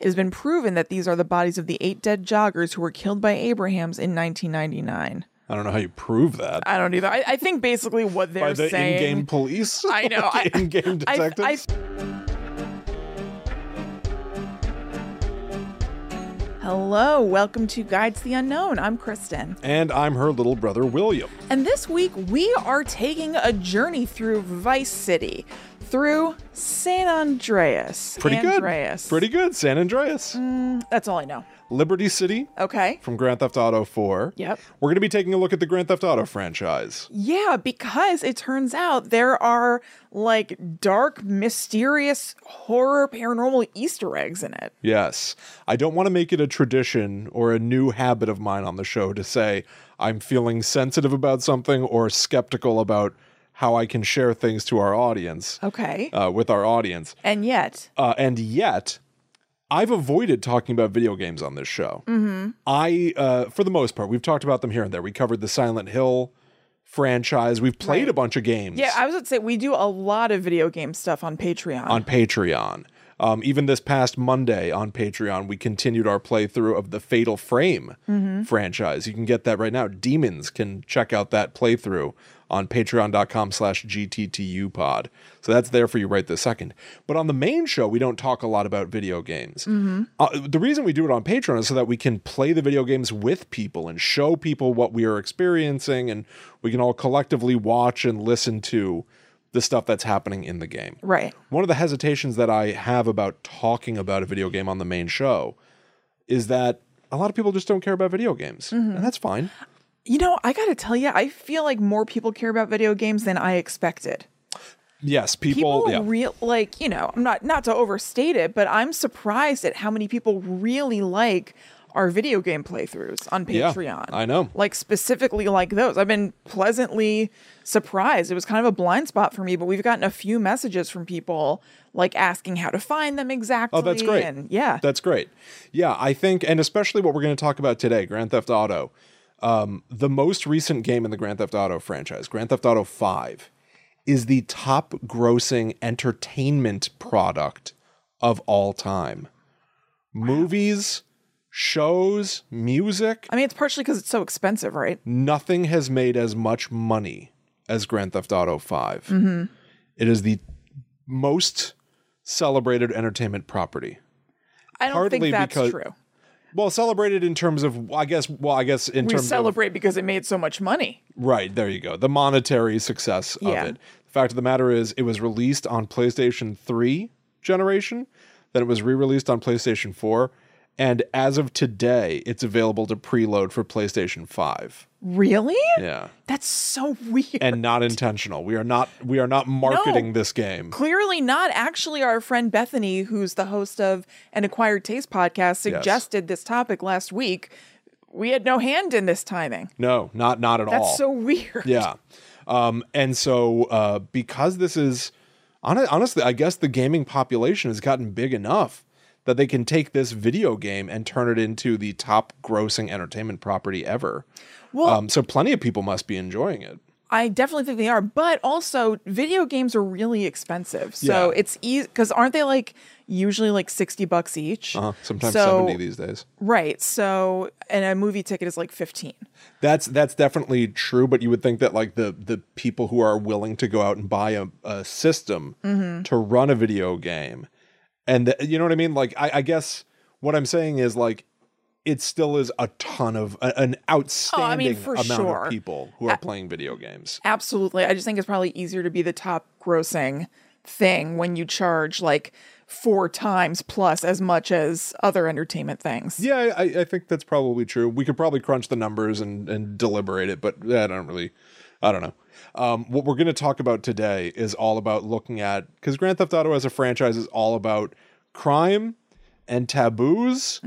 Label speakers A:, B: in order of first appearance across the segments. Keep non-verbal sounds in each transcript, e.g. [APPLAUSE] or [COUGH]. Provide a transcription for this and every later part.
A: It has been proven that these are the bodies of the eight dead joggers who were killed by Abrahams in 1999.
B: I don't know how you prove that.
A: I don't either. I, I think basically what they're
B: By the
A: saying.
B: in-game police? [LAUGHS]
A: I know.
B: Like
A: I-
B: in-game
A: I- I-
B: detectives?
A: Hello, welcome to Guides to the Unknown. I'm Kristen.
B: and I'm her little brother, William.
A: And this week we are taking a journey through Vice City, through San Andreas.
B: Pretty
A: Andreas. Mm.
B: good. Pretty good. San Andreas.
A: That's all I know.
B: Liberty City
A: Okay.
B: from Grand Theft Auto 4.
A: Yep.
B: We're going to be taking a look at the Grand Theft Auto franchise.
A: Yeah, because it turns out there are like dark, mysterious, horror, paranormal Easter eggs in it.
B: Yes. I don't want to make it a tradition or a new habit of mine on the show to say I'm feeling sensitive about something or skeptical about how I can share things to our audience,
A: Okay.
B: uh, with our audience.
A: and yet,
B: Uh, and yet, I've avoided talking about video games on this show.
A: Mm-hmm.
B: I, uh, for the most part, we've talked about them here and there. We covered the Silent Hill franchise. We've played
A: Right.
B: a bunch of games
A: yeah, I was going to say we do a lot of video game stuff on Patreon.
B: on Patreon. Um, even this past Monday on Patreon, we continued our playthrough of the Fatal Frame franchise. You can get that right now. Demons can check out that playthrough on patreon.com slash gttupod. So that's there for you right this second. But on the main show, we don't talk a lot about video games. Uh, the reason we do it on Patreon is so that we can play the video games with people and show people what we are experiencing, and we can all collectively watch and listen to the stuff that's happening in the game.
A: right.
B: One of the hesitations that I have about talking about a video game on the main show is that a lot of people just don't care about video games,
A: Mm-hmm.
B: and that's fine.
A: You know, I got to tell you, I feel like more people care about video games than I expected.
B: Yes, people.
A: People
B: yeah.
A: real like, you know, I'm not not to overstate it, but I'm surprised at how many people really like our video game playthroughs on
B: Yeah,
A: Patreon.
B: I know.
A: like specifically like those. I've been pleasantly surprised. It was kind of a blind spot for me, but we've gotten a few messages from people like asking how to find them exactly.
B: Oh, that's great.
A: And yeah,
B: That's great. Yeah, I think, and especially what we're going to talk about today, Grand Theft Auto, um, the most recent game in the Grand Theft Auto franchise, Grand Theft Auto 5, is the top grossing entertainment product of all time. Movies, shows, music,
A: I mean, it's partially because it's so expensive, right?
B: nothing has made as much money as Grand Theft Auto 5. It is the most celebrated entertainment property.
A: I don't
B: Partly
A: think that's
B: because-
A: true.
B: Well, celebrated in terms of, I guess, well, I guess in
A: We
B: terms of,
A: celebrate because it made so much money.
B: right, there you go. The monetary success
A: Yeah.
B: of it. The fact of the matter is, it was released on PlayStation 3 generation, then it was re released on PlayStation 4, and as of today, it's available to preload for PlayStation 5.
A: Really?
B: Yeah.
A: That's so [LAUGHS] weird.
B: And not intentional. We are not we are not marketing this game.
A: clearly not actually our friend bethany who's the host of an acquired taste podcast suggested this topic last week we had no hand in this timing
B: No, not not at all.
A: that's so weird
B: yeah. Um, and so uh, because this is hon- honestly, I guess the gaming population has gotten big enough that they can take this video game and turn it into the top grossing entertainment property ever.
A: Well-
B: um, so plenty of people must be enjoying it.
A: i definitely think they are but also video games are really expensive so
B: Yeah.
A: it's easy because aren't they like usually like 60 bucks each
B: Uh, sometimes
A: So-
B: 70 these days.
A: right so and a movie ticket is like 15
B: That's that's definitely true, but you would think that like the the people who are willing to go out and buy a, a system
A: Mm-hmm.
B: to run a video game, and the, you know what I mean. Like I, I guess what I'm saying is like it still is a ton of a- an outstanding
A: Oh, for
B: amount
A: sure.
B: of people who are playing video games.
A: Absolutely. I just think it's probably easier to be the top grossing thing when you charge like four times plus as much as other entertainment things.
B: Yeah, I, I think that's probably true. We could probably crunch the numbers and, and deliberate it, but I don't really, I don't know. Um, what we're going to talk about today is all about looking at because Grand Theft Auto as a franchise is all about crime and taboos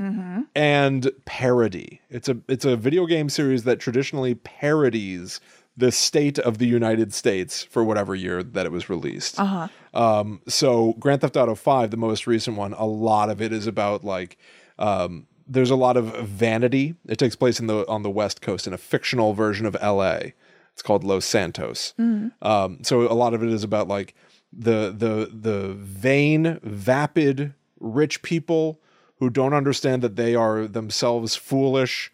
B: and parody. It's a it's a video game series that traditionally parodies the state of the United States for whatever year that it was released. Uh-huh. Um, so Grand Theft Auto 5, the most recent one, a lot of it is about like um, there's a lot of vanity. It takes place in the on the West Coast in a fictional version of L.A. It's called Los Santos. Um, so a lot of it is about like the the the vain, vapid rich people who don't understand that they are themselves foolish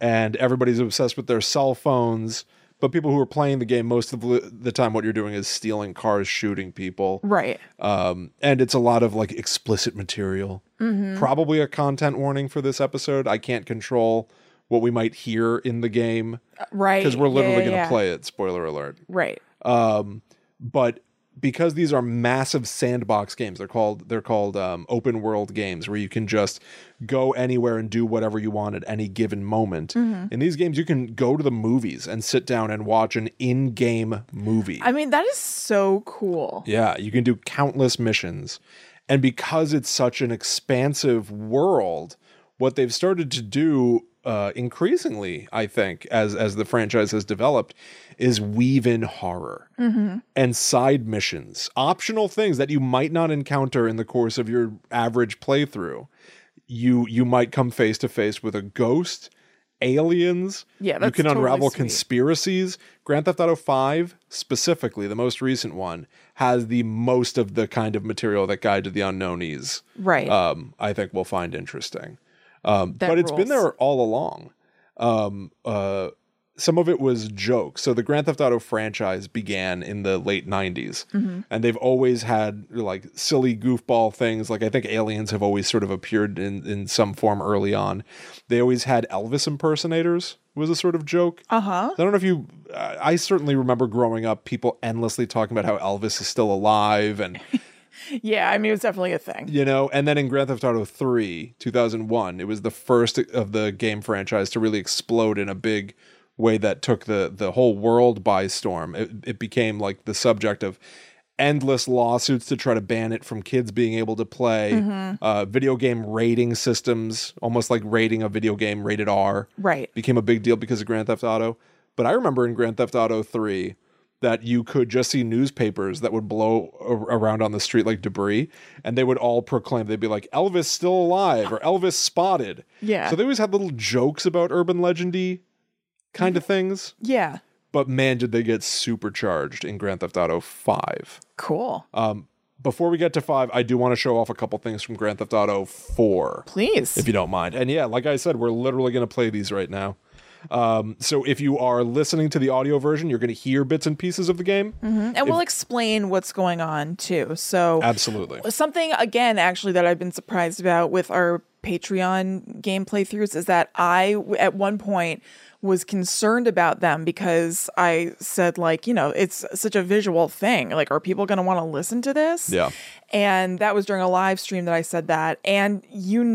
B: and everybody's obsessed with their cell phones. But people who are playing the game most of the the time, what you're doing is stealing cars, shooting people
A: Right.
B: um, and it's a lot of like explicit material.
A: Mm-hmm.
B: Probably a content warning for this episode. I can't control what we might hear in the game
A: Right.
B: because we're
A: Yeah,
B: literally
A: yeah,
B: going to
A: yeah.
B: play it. Spoiler alert!
A: Right.
B: But because these are massive sandbox games, they're called they're called um, open world games where you can just go anywhere and do whatever you want at any given moment.
A: Mm-hmm.
B: In these games, you can go to the movies and sit down and watch an in-game movie.
A: I mean, that is so cool.
B: Yeah, you can do countless missions. And because it's such an expansive world, what they've started to do uh, increasingly, I think, as as the franchise has developed, is weave in horror
A: Mm-hmm.
B: and side missions, optional things that you might not encounter in the course of your average playthrough. You you might come face to face with a ghost, aliens.
A: Yeah,
B: you
A: that's
B: can
A: totally
B: unravel
A: sweet.
B: conspiracies. Grand Theft Auto Five, specifically the most recent one, has the most of the kind of material that Guide to the Unknown is.
A: Right.
B: Um, I think we'll find interesting. Um,
A: That
B: but it's
A: rules.
B: been there all along. Um, uh, some of it was jokes. So the Grand Theft Auto franchise began in the late 90s,
A: Mm-hmm.
B: and they've always had like silly goofball things. Like I think aliens have always sort of appeared in, in some form early on. They always had Elvis impersonators was a sort of joke.
A: Uh huh.
B: I don't know if you. I I certainly remember growing up, people endlessly talking about how Elvis is still alive, and
A: Yeah. I mean, it's definitely a thing.
B: you know. And then in Grand Theft Auto Three, two thousand one, it was the first of the game franchise to really explode in a big way that took the the whole world by storm. It, it became like the subject of endless lawsuits to try to ban it from kids being able to play. Uh, video game rating systems, almost like rating a video game rated R
A: Right.
B: became a big deal because of Grand Theft Auto. But I remember in Grand Theft Auto 3 that you could just see newspapers that would blow a- around on the street like debris and they would all proclaim they'd be like Elvis still alive or Elvis spotted.
A: Yeah.
B: So they always had little jokes about urban legendy kind of things,
A: Yeah.
B: but man did they get supercharged in Grand Theft Auto 5.
A: Cool.
B: Uh, Before we get to 5, I do want to show off a couple things from Grand Theft Auto 4
A: Please.
B: if you don't mind. And yeah, like I said, we're literally going to play these right now. Um, so if you are listening to the audio version, you're going to hear bits and pieces of the game.
A: and we'll explain what's going on too. So
B: Absolutely.
A: something again actually that I've been surprised about with our Patreon game playthroughs is that I w- at one point was concerned about them because I said like, you know, it's such a visual thing. Like are people going to want to listen to this?
B: Yeah.
A: And that was during a live stream that I said that and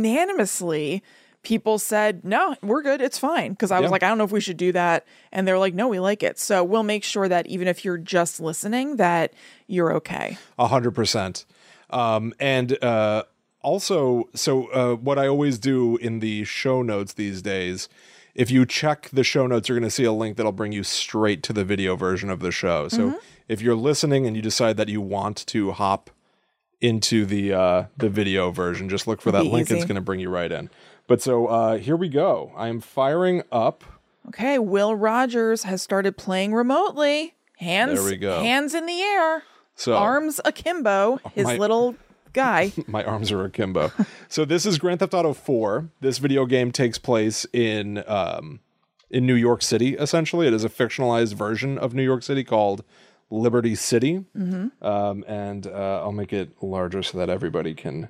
A: unanimously people said, "No, we're good. It's fine." Because I was
B: Yeah.
A: like, "I don't know if we should do that." And they're like, "No, we like it." So we'll make sure that even if you're just listening that you're okay.
B: A hundred percent. Um, and uh, also, so uh, what I always do in the show notes these days, if you check the show notes, you're going to see a link that'll bring you straight to the video version of the show. So
A: Mm-hmm.
B: if you're listening and you decide that you want to hop into the uh, the video version, just look for that
A: Be
B: link. It's
A: easy.
B: going to bring you right in. But so uh, here we go. I am firing up.
A: Okay, Will Rogers has started playing remotely. Hands
B: There we go.
A: hands in the air,
B: So
A: arms akimbo, his
B: my- [LAUGHS]
A: little guy.
B: my arms are akimbo. so this is Grand Theft Auto 4. This video game takes place in um, in New York City. Essentially, it is a fictionalized version of New York City called Liberty City. Um, and uh, I'll make it larger so that everybody can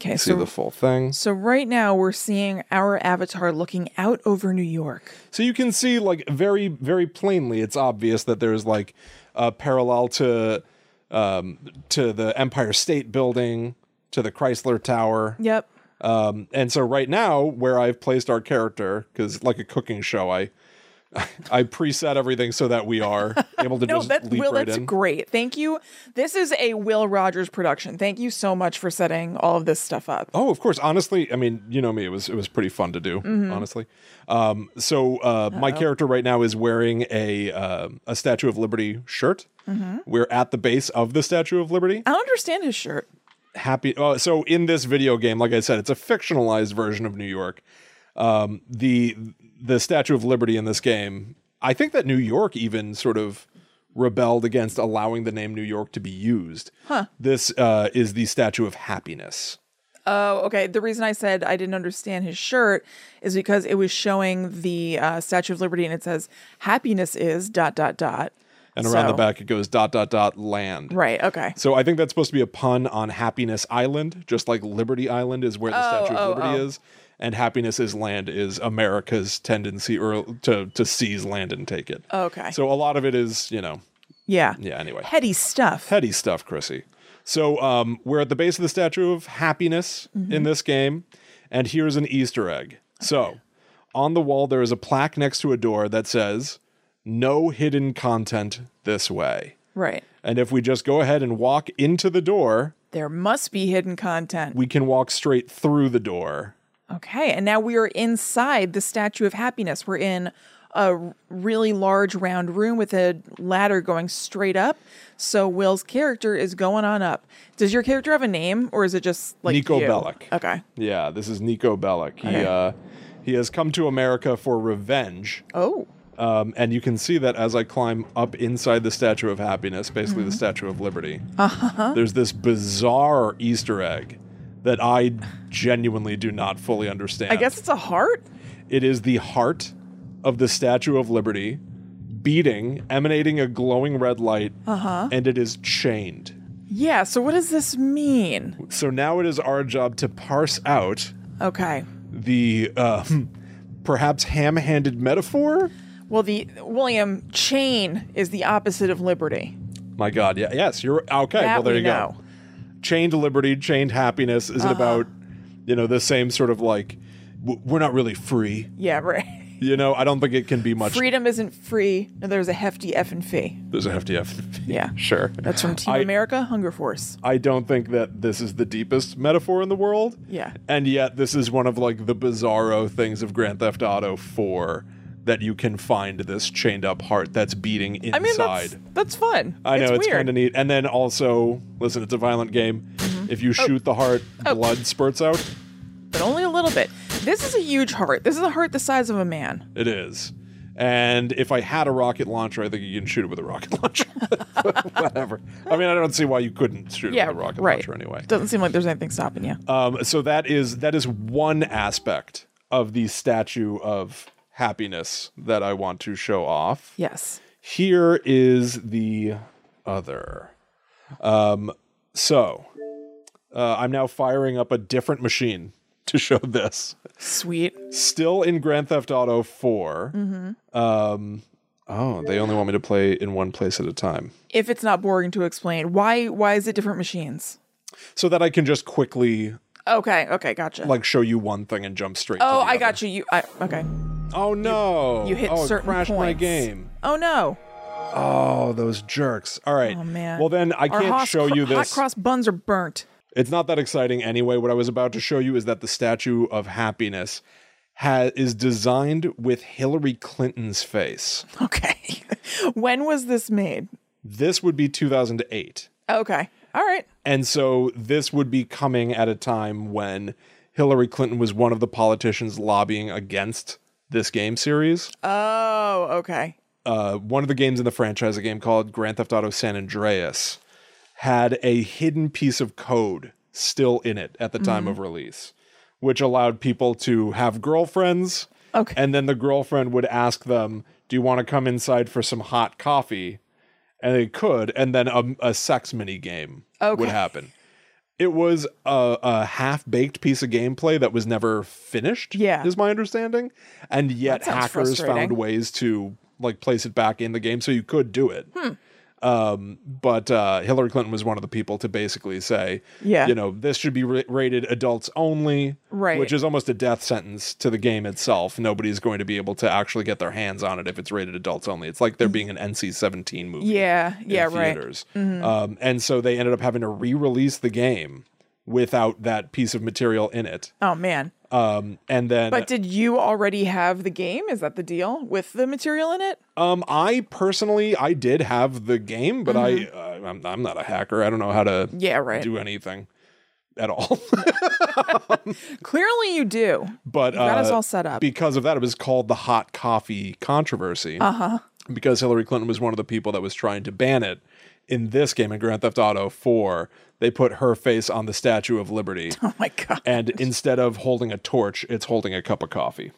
A: Okay,
B: see
A: so
B: the full thing.
A: so right now we're seeing our avatar looking out over New York.
B: So you can see, like, very, very plainly, it's obvious that there's like a parallel to um, to the Empire State Building, to the Chrysler Tower.
A: Yep.
B: Um, and so right now, where I've placed our character, because like a cooking show, I I preset everything so that
A: [LAUGHS]
B: we are able to
A: No,
B: just
A: Oh, that's
B: leap
A: Will.
B: right
A: that's
B: in.
A: great. Thank you. This is a Will Rogers production. Thank you so much for setting all of this stuff up.
B: Oh, of course. Honestly, I mean, you know me. It was it was pretty fun to do.
A: Mm-hmm.
B: Honestly, um, so uh, my character right now is wearing a uh, a Statue of Liberty shirt.
A: Mm-hmm.
B: We're at the base of the Statue of Liberty.
A: I don't understand his shirt.
B: happy. Oh, so in this video game, like I said, it's a fictionalized version of New York. Um, the the Statue of Liberty in this game, I think that New York even sort of rebelled against allowing the name New York to be used. Huh. This uh, is the Statue of Happiness.
A: Oh, okay. The reason I said I didn't understand his shirt is because it was showing the uh, Statue of Liberty and it says, happiness is dot, dot, dot.
B: And around the
A: So-
B: back it goes dot dot dot land.
A: Right. Okay.
B: So I think that's supposed to be a pun on Happiness Island, just like Liberty Island is where the Statue
A: oh,
B: of Liberty
A: oh.
B: is, and Happiness is land is America's tendency or to to seize land and take it.
A: Okay.
B: So a lot of it is, you know,
A: yeah.
B: yeah. Anyway,
A: Heady stuff.
B: petty stuff, Chrissy. So um, we're at the base of the Statue of Happiness
A: Mm-hmm.
B: in this game, and here's an Easter egg. So on the wall there is a plaque next to a door that says, "No hidden content this way."
A: right.
B: And if we just go ahead and walk into the door,
A: There must be hidden content.
B: we can walk straight through the door.
A: Okay, and now we are inside the Statue of Happiness. We're in a r- really large round room with a ladder going straight up. So Will's character is going on up. Does your character have a name, or is it just like
B: Nico
A: you?
B: Bellic.
A: Okay.
B: Yeah, this is Nico Bellic. He
A: Okay.
B: uh, he has come to America for revenge.
A: Oh,
B: Um, and you can see that as I climb up inside the Statue of Happiness, basically
A: Mm-hmm.
B: the Statue of Liberty, uh-huh. there's this bizarre Easter egg that I genuinely do not fully understand.
A: I guess it's a heart.
B: It is the heart of the Statue of Liberty beating, emanating a glowing red light, uh-huh. and it is chained.
A: Yeah. So what does this mean?
B: So now it is our job to parse out
A: Okay.
B: the uh, [LAUGHS] perhaps ham-handed metaphor.
A: Well, the William chain is the opposite of liberty.
B: My God, yeah, yes, you're okay.
A: That
B: well, there
A: we
B: you
A: know. Uh-huh.
B: go. Chained liberty, chained happiness. Is it about you know the same sort of like w- we're not really free?
A: Yeah. Right.
B: You know, I don't think it can be much.
A: Freedom isn't free. No, there's a hefty F and fee.
B: There's a hefty F.
A: Yeah.
B: sure.
A: That's from Team
B: I-
A: America, Hunger Force.
B: [LAUGHS] I don't think that this is the deepest metaphor in the world.
A: Yeah.
B: And yet this is one of like the bizarro things of Grand Theft Auto 4 that you can find this chained up heart that's beating inside.
A: I mean, that's that's fun.
B: I know it's,
A: weird. Mm-hmm.
B: kind of neat. And then also, listen, it's a violent game. If you
A: Oh.
B: shoot the heart, blood spurts out.
A: but only a little bit. This is a huge heart. This is a heart the size of a man.
B: It is. And if I had a rocket launcher, I think you can shoot it with a rocket [LAUGHS] launcher. Whatever. I mean, I don't see why you couldn't shoot it
A: Yeah,
B: with a rocket
A: right.
B: launcher anyway.
A: Doesn't seem like there's anything stopping you.
B: Um, so that is that is one aspect of the statue of happiness that I want to show off.
A: yes.
B: Here is the other. Um, so uh, I'm now firing up a different machine [LAUGHS] to show this.
A: Sweet.
B: Still in Grand Theft Auto 4.
A: Mm-hmm.
B: Um, oh, they only want me to play in one place at a time.
A: If it's not boring to explain, why why is it different machines?
B: So that I can just quickly
A: Okay. Okay. Gotcha.
B: like show you one thing and jump straight to
A: oh,
B: the
A: I
B: other.
A: got you. You. I, okay.
B: Oh no!
A: You hit
B: oh, it
A: certain
B: crashed
A: points.
B: my game.
A: Oh no.
B: Oh, those jerks! All right.
A: Oh man.
B: Well, then I
A: Our
B: can't
A: hot
B: show
A: cro-
B: you
A: Hot
B: this.
A: cross buns are burnt. [LAUGHS]
B: it's not that exciting anyway. What I was about to show you is that the statue of happiness ha- is designed with Hillary Clinton's face.
A: Okay. [LAUGHS] when was this made?
B: This would be 2008,
A: Okay. All right.
B: and so this would be coming at a time when Hillary Clinton was one of the politicians lobbying against this game series.
A: Oh. Okay.
B: uh, one of the games in the franchise, a game called Grand Theft Auto San Andreas, had a hidden piece of code still in it at the time of release, which allowed people to have girlfriends.
A: Okay.
B: And then the girlfriend would ask them, Do you want to come inside for some hot coffee? And they could. And then a, a sex mini game would
A: Okay.
B: happen. It was a, a half baked piece of gameplay that was never finished.
A: Yeah.
B: Is my understanding. And yet
A: sounds
B: hackers found
A: frustrating.
B: ways to like place it back in the game so you could do it.
A: Hmm.
B: Um, but uh, Hillary Clinton was one of the people to basically say,
A: Yeah.
B: you know, this should be ra- rated adults only,
A: Right.
B: Which is almost a death sentence to the game itself. Nobody's going to be able to actually get their hands on it if it's rated adults only. It's like there being an NC-17 movie
A: Yeah.
B: in
A: Yeah. Right. Mm-hmm.
B: theaters. Um, and so they ended up having to re-release the game without that piece of material in it.
A: Oh man.
B: Um, and then,
A: But did you already have the game? Is that the deal with the material in it?
B: um, I personally, I did have the game, but I, uh, I'm, I'm not a hacker. I don't know how to
A: Mm-hmm. Yeah, right.
B: do anything at all.
A: Clearly, you do. [LAUGHS]
B: but
A: got us
B: uh,
A: all set up.
B: because of that. It was called the hot
A: Uh-huh.
B: coffee controversy. Uh huh. Because Hillary Clinton was one of the people that was trying to ban it, in this game in Grand Theft Auto 4, they put her face on the Statue of Liberty
A: [LAUGHS] Oh my god,
B: and instead of holding a torch, it's holding a cup of coffee.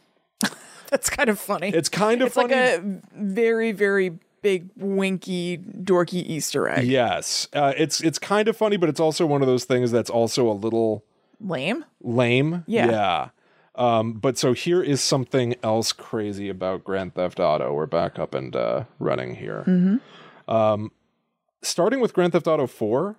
A: that's kind of funny.
B: It's kind of
A: It's
B: funny.
A: like a very very big winky dorky Easter egg.
B: yes. Uh, it's it's kind of funny, but it's also one of those things that's also a little
A: Lame.
B: lame.
A: Yeah.
B: Um, but so here is something else crazy about Grand Theft Auto. We're back up and uh, running here. Um, starting with Grand Theft Auto 4,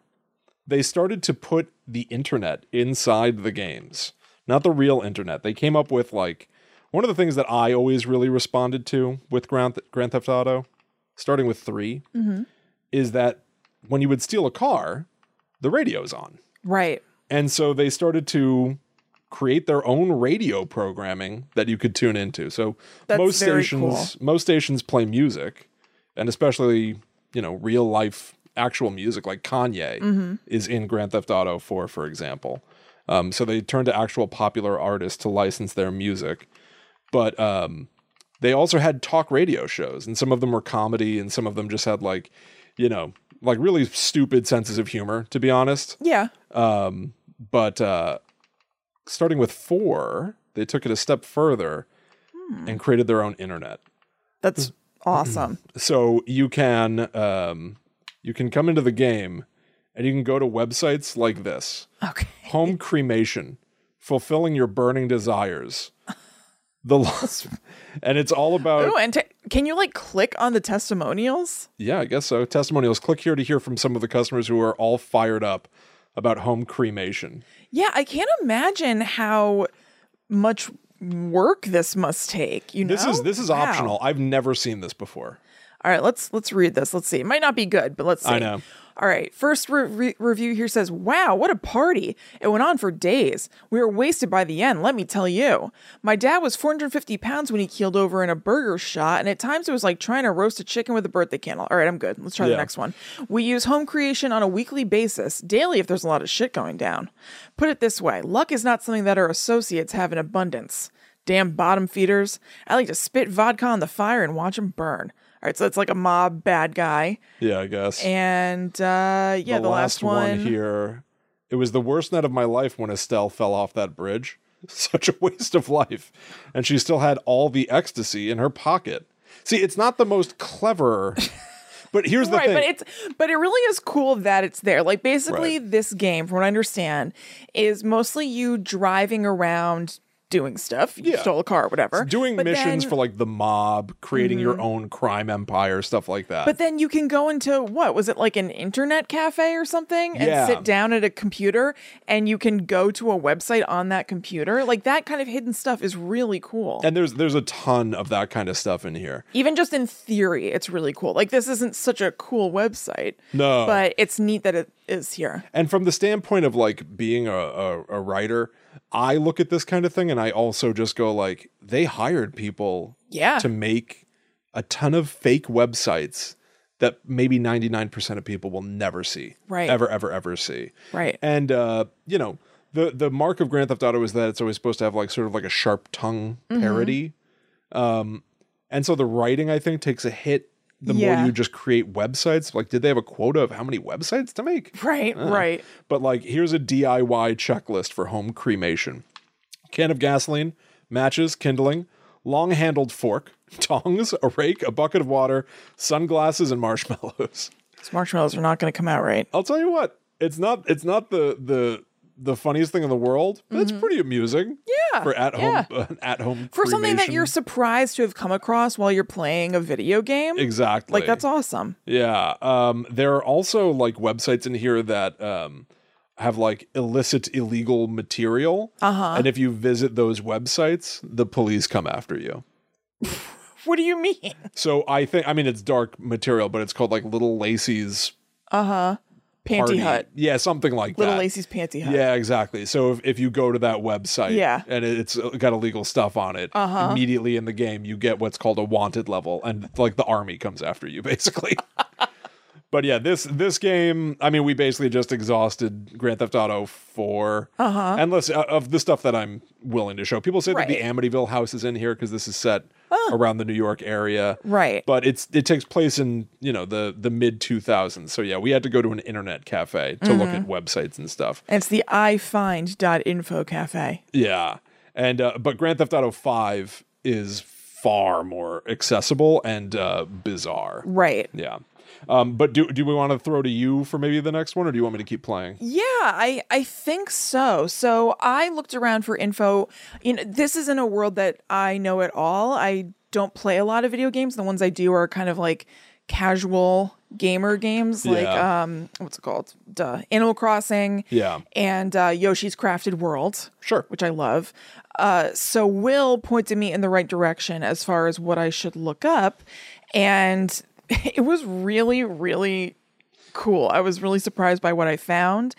B: they started to put the internet inside the games, not the real internet. They came up with like one of the things that I always really responded to with Grand, Grand Theft Auto, starting with 3, is that when you would steal a car, the radio's on.
A: Right.
B: And so they started to create their own radio programming that you could tune into. So
A: That's
B: most
A: very
B: stations most stations play music and especially, you know, real life actual music like Kanye
A: Mm-hmm.
B: is in Grand Theft Auto 4 for example. Um, so they turned to actual popular artists to license their music. But um, they also had talk radio shows and some of them were comedy and some of them just had like, you know, like really stupid senses of humor to be honest
A: Yeah.
B: but uh, starting with four, they took it a step further
A: Hmm.
B: and created their own internet.
A: That's
B: Mm-hmm.
A: awesome.
B: So you can um, you can come into the game and you can go to websites like this:
A: Okay. [LAUGHS]
B: home cremation, fulfilling your burning desires. The [LAUGHS] lost, and it's all about
A: Oh, and te- can you like click on the testimonials?
B: yeah, I guess so. Testimonials. Click here to hear from some of the customers who are all fired up about home cremation.
A: Yeah, I can't imagine how much work this must take. You know,
B: This is this is
A: Oh, Wow.
B: optional. I've never seen this before.
A: All right, let's let's read this. Let's see. It might not be good, but let's see.
B: I know.
A: All right. First re- re- review here says, "Wow, what a party! It went on for days. We were wasted by the end. Let me tell you. My dad was 450 pounds when he keeled over in a burger shot, and at times it was like trying to roast a chicken with a birthday candle. All right, I'm good. Let's try the
B: Yeah.
A: next one. We use home creation on a weekly basis, daily if there's a lot of shit going down. Put it this way: luck is not something that our associates have in abundance." Damn bottom feeders. I like to spit vodka on the fire and watch them burn. All right, so it's like a mob bad guy.
B: Yeah, I guess.
A: And uh, yeah, the, last, one.
B: here. It was the worst night of my life when Estelle fell off that bridge. [LAUGHS] Such a waste of life. And she still had all the ecstasy in her pocket. See, it's not the most clever.
A: [LAUGHS]
B: But here's the
A: Right,
B: thing.
A: but it's but it really is cool that it's there. Like basically, this game, from what I understand, is mostly you driving around doing stuff. You
B: Yeah.
A: stole a car, whatever.
B: Doing
A: But
B: missions
A: then- Mm-hmm.
B: for like the mob, creating your own crime empire, stuff like that.
A: But then you can go into what was it like an internet cafe or something and
B: Yeah.
A: sit down at a computer and you can go to a website on that computer. Like that kind of hidden stuff is really cool.
B: and there's there's a ton of that kind of stuff in here.
A: Even just in theory, it's really cool. Like this isn't such a cool website.
B: No.
A: But it's neat that it is here.
B: And from the standpoint of like being a, a, a writer, I look at this kind of thing and I also just go like, they hired people
A: Yeah.
B: to make a ton of fake websites that maybe 99% of people will never see.
A: Right.
B: Ever, ever, ever see.
A: Right.
B: And uh, you know, the the mark of Grand Theft Auto is that it's always supposed to have like sort of like a sharp tongue
A: Mm-hmm.
B: parody. Um and so the writing I think takes a hit the
A: Yeah.
B: more you just create websites. Like, did they have a quota of how many websites to make?
A: Right, right.
B: But like, here's a DIY checklist for home cremation: can of gasoline, matches, kindling, long-handled fork, [LAUGHS] tongs, a rake, a bucket of water, sunglasses, and marshmallows. [LAUGHS]
A: These marshmallows are not going to come out right.
B: I'll tell you what, it's not it's not the the the funniest thing in the world, but it's pretty amusing.
A: Mm-hmm. Yeah,
B: for at home
A: yeah.
B: [LAUGHS] at home
A: For something that you're surprised to have come across while you're playing a video game.
B: exactly
A: Like that's awesome.
B: Yeah. Um, there are also like websites in here that um, have like illicit illegal material. Uh-huh. And if you visit those websites, the police come after you.
A: What do you mean?
B: So I think I mean it's dark material, but it's called like Little Lacey's
A: Panty
B: Party
A: Hut.
B: Yeah, something like
A: Little
B: that.
A: Lacey's Panty Hut.
B: Yeah, exactly. So if, if you go to that website
A: Yeah.
B: and it's got illegal stuff on it, uh-huh. immediately in the [LAUGHS] game you get what's called a wanted level and like the army comes after you basically. But yeah, this this game, I mean, we basically just exhausted Grand Theft Auto 4. Uh-huh. Unless uh, of the stuff that I'm willing to show. People say that the Amityville house is in here because this is set around the New York area.
A: Right.
B: But it's it takes place in, you know, the the mid 2000s. So yeah, we had to go to an internet cafe to look at websites and stuff.
A: And it's the ifind.info cafe.
B: Yeah, and uh, but Grand Theft Auto Five is far more accessible and uh, bizarre.
A: Right.
B: Yeah. Um, but do do we want to throw to you for maybe the next one, or do you want me to keep playing?
A: Yeah, I I think so. So I looked around for info. You know, this isn't a world that I know at all. I don't play a lot of video games. The ones I do are kind of like casual gamer games, like
B: Yeah.
A: um, what's it called? Duh. Animal Crossing.
B: Yeah.
A: And uh, Yoshi's Crafted World
B: Sure.
A: which I love. Uh, so Will pointed me in the right direction as far as what I should look up, and [LAUGHS] it was really, really cool. I was really surprised by what I found,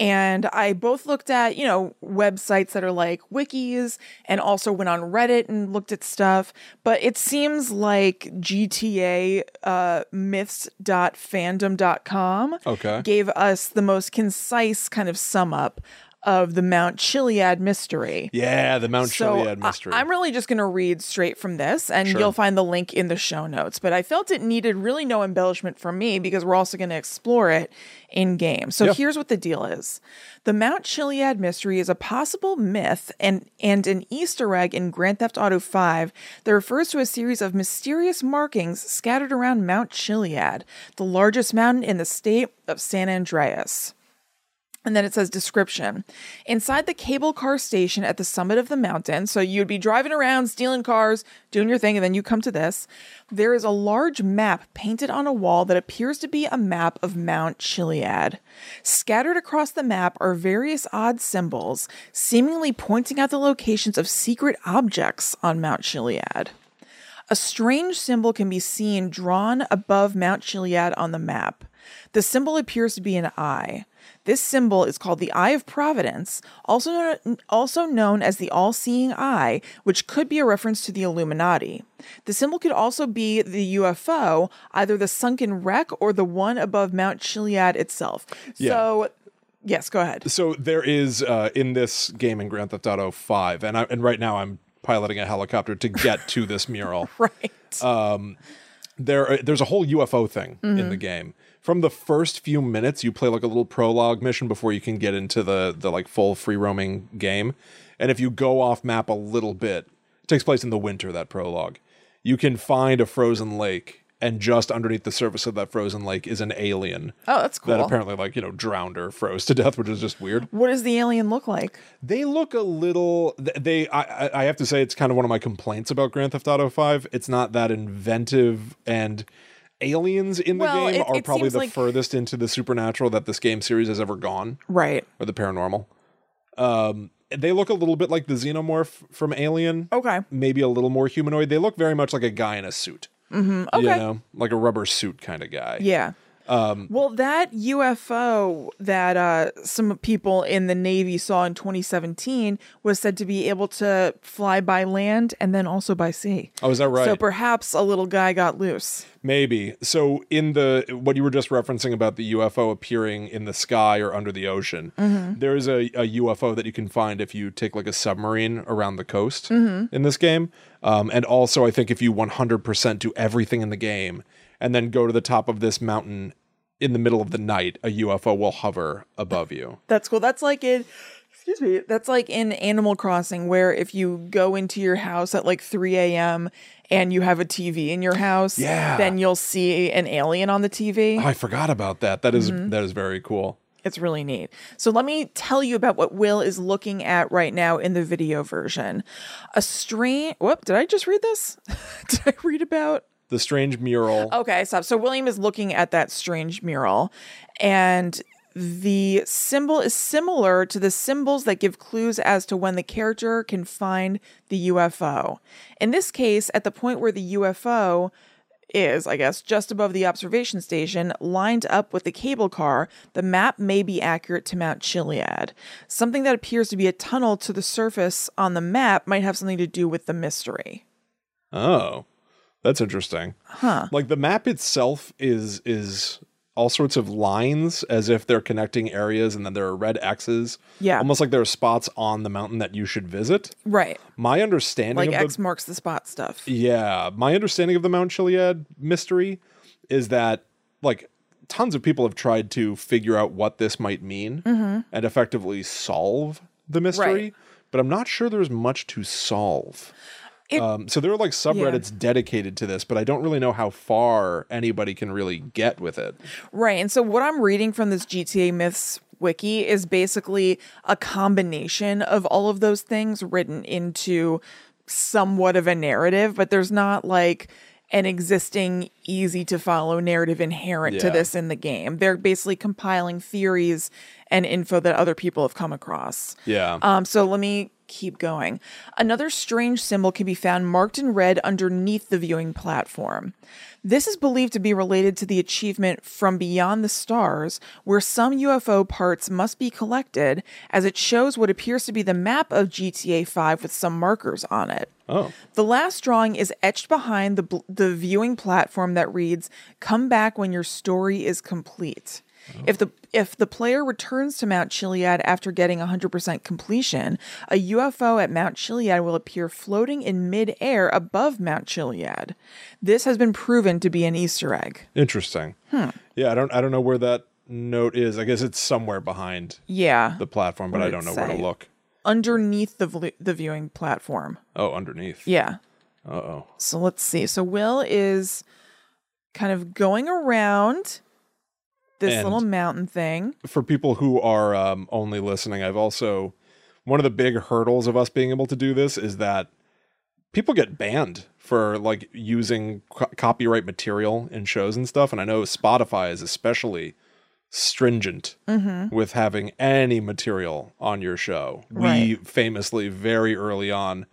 A: and I both looked at you know websites that are like wikis, and also went on Reddit and looked at stuff. But it seems like GTA uh, myths.fandom.com
B: Okay.
A: gave us the most concise kind of sum up of the Mount Chiliad mystery.
B: Yeah, the Mount Chiliad mystery.
A: I, am uh, really just going to read straight from this, and you'll find the link in the show notes. But I felt it needed really no embellishment from me because we're also going to explore it in game. So
B: Yeah.
A: here's what the deal is The Mount Chiliad mystery is a possible myth and, and an Easter egg in Grand Theft Auto 5 that refers to a series of mysterious markings scattered around Mount Chiliad, the largest mountain in the state of San Andreas. And then it says description. Inside the cable car station at the summit of the mountain, so you'd be driving around, stealing cars, doing your thing, and then you come to this. There is a large map painted on a wall that appears to be a map of Mount Chiliad. Scattered across the map are various odd symbols, seemingly pointing out the locations of secret objects on Mount Chiliad. A strange symbol can be seen drawn above Mount Chiliad on the map. The symbol appears to be an eye. This symbol is called the Eye of Providence, also known, also known as the All Seeing Eye, which could be a reference to the Illuminati. The symbol could also be the UFO, either the sunken wreck or the one above Mount Chiliad itself.
B: Yeah.
A: So, yes, go ahead. [LAUGHS]
B: so there is uh, in this game in Grand Theft Auto Five, and I, and right now I'm piloting a helicopter to get to this mural.
A: Right.
B: Uh, there uh, there's a whole UFO thing in
A: Mm-hmm.
B: the game. From the first few minutes, you play like a little prologue mission before you can get into the the like full free roaming game. And if you go off map a little bit, it takes place in the winter that prologue. You can find a frozen lake and just underneath the surface of that frozen lake is an alien
A: oh, that's
B: that
A: cool.
B: apparently like, you know, drowned or froze to death, which is just weird
A: what does the alien look like?
B: they look a little th- they I, I- I have to say it's kind of one of my complaints about grand theft auto 5 it's not that inventive and aliens in the
A: Well,
B: game
A: it-
B: are
A: it
B: probably
A: seems
B: the
A: like-
B: furthest into the supernatural that this game series has ever gone
A: Right.
B: or the paranormal um they look a little bit like the xenomorph from alien
A: Okay.
B: maybe a little more humanoid they look very much like a guy in a suit mm-hmm. you
A: Okay.
B: know like a rubber suit kind of guy
A: Yeah.
B: Um,
A: well, that UFO that uh, some people in the Navy saw in 2017 was said to be able to fly by land and then also by sea.
B: oh is that right
A: So perhaps a little guy got loose.
B: Maybe. So in the what you were just referencing about the UFO appearing in the sky or under the ocean, there is a, a UFO that you can find if you take like a submarine around the coast in this game. Um, and also, I think if you 100% do everything in the game and then go to the top of this mountain in the middle of the night, a UFO will hover above you.
A: That's cool. That's like in excuse me. That's like in Animal Crossing, where if you go into your house at like 3 a.m. and you have a TV in your house,
B: Yeah.
A: then you'll see an alien on the TV.
B: Oh, I forgot about that. That is- that is very cool.
A: It's really neat. So let me tell you about what Will is looking at right now in the video version. A strange. Whoop! Did I just read this? [LAUGHS] did I read about?
B: The strange mural.
A: Okay, stop. So William is looking at that strange mural, and the symbol is similar to the symbols that give clues as to when the character can find the UFO. In this case, at the point where the UFO is, I guess, just above the observation station, lined up with the cable car, the map may be accurate to Mount Chiliad. Something that appears to be a tunnel to the surface on the map might have something to do with the mystery.
B: Oh, that's interesting. Huh? Like the map itself is is all sorts of lines as if they're connecting areas and then there are red X's.
A: Yeah.
B: Almost like there are spots on the mountain that you should visit.
A: Right.
B: My understanding
A: Like
B: of the
A: X marks the spot stuff.
B: yeah, my understanding of the Mount Chiliad mystery is that like tons of people have tried to figure out what this might mean and effectively solve the mystery,
A: Mm-hmm. Right.
B: but I'm not sure there's much to solve.
A: It-
B: um, so there are like subreddits dedicated to this, but I don't really know how far anybody can really get with it.
A: Right. And so what I'm reading from this GTA Myths wiki is basically a combination of all of those things written into somewhat of a narrative, but there's not like an existing easy to follow narrative inherent to
B: Yeah.
A: this in the game. They're basically compiling theories and info that other people have come across.
B: Yeah.
A: Um, so let me keep going. Another strange symbol can be found marked in red underneath the viewing platform. This is believed to be related to the achievement From Beyond the Stars, where some UFO parts must be collected, as it shows what appears to be the map of GTA 5 with some markers on it.
B: oh.
A: The last drawing is etched behind the, bl- the viewing platform that reads, Come back when your story is complete. If the if the player returns to Mount Chiliad after getting 100% completion, a UFO at Mount Chiliad will appear floating in midair above Mount Chiliad. This has been proven to be an Easter egg.
B: Interesting.
A: hmm.
B: Yeah, I don't I don't know where that note is. I guess it's somewhere behind
A: Yeah,
B: the platform, but
A: What
B: I
A: did
B: don't know
A: it
B: where
A: say?
B: to look.
A: underneath the vlu- the viewing platform.
B: Oh, underneath.
A: Yeah,
B: Uh-oh.
A: So let's see. So Will is kind of going around this
B: And-
A: little mountain thing.
B: for people who are um, only listening, I've also one of the big hurdles of us being able to do this is that people get banned for like using co- copyright material in shows and stuff. And I know Spotify is especially stringent
A: Mm-hmm.
B: with having any material on your show. We
A: Right.
B: famously very early on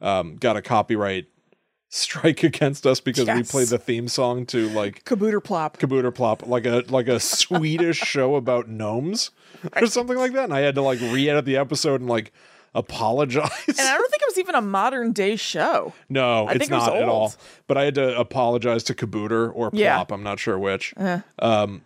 B: um, got a copyright [LAUGHS] strike against us because we
A: Yes.
B: played the theme song to like
A: Kabooter plop.
B: Kabooter Plop, like a like
A: [LAUGHS]
B: a Swedish show about gnomes or something like that. And I had to like re-edit the episode and like apologize.
A: and I don't think it was even a modern day show.
B: [LAUGHS] no, it's
A: think it was
B: not at all.
A: old.
B: But I had to apologize to Kabooter or Plop.
A: Yeah. Uh-huh.
B: I'm not sure which. um,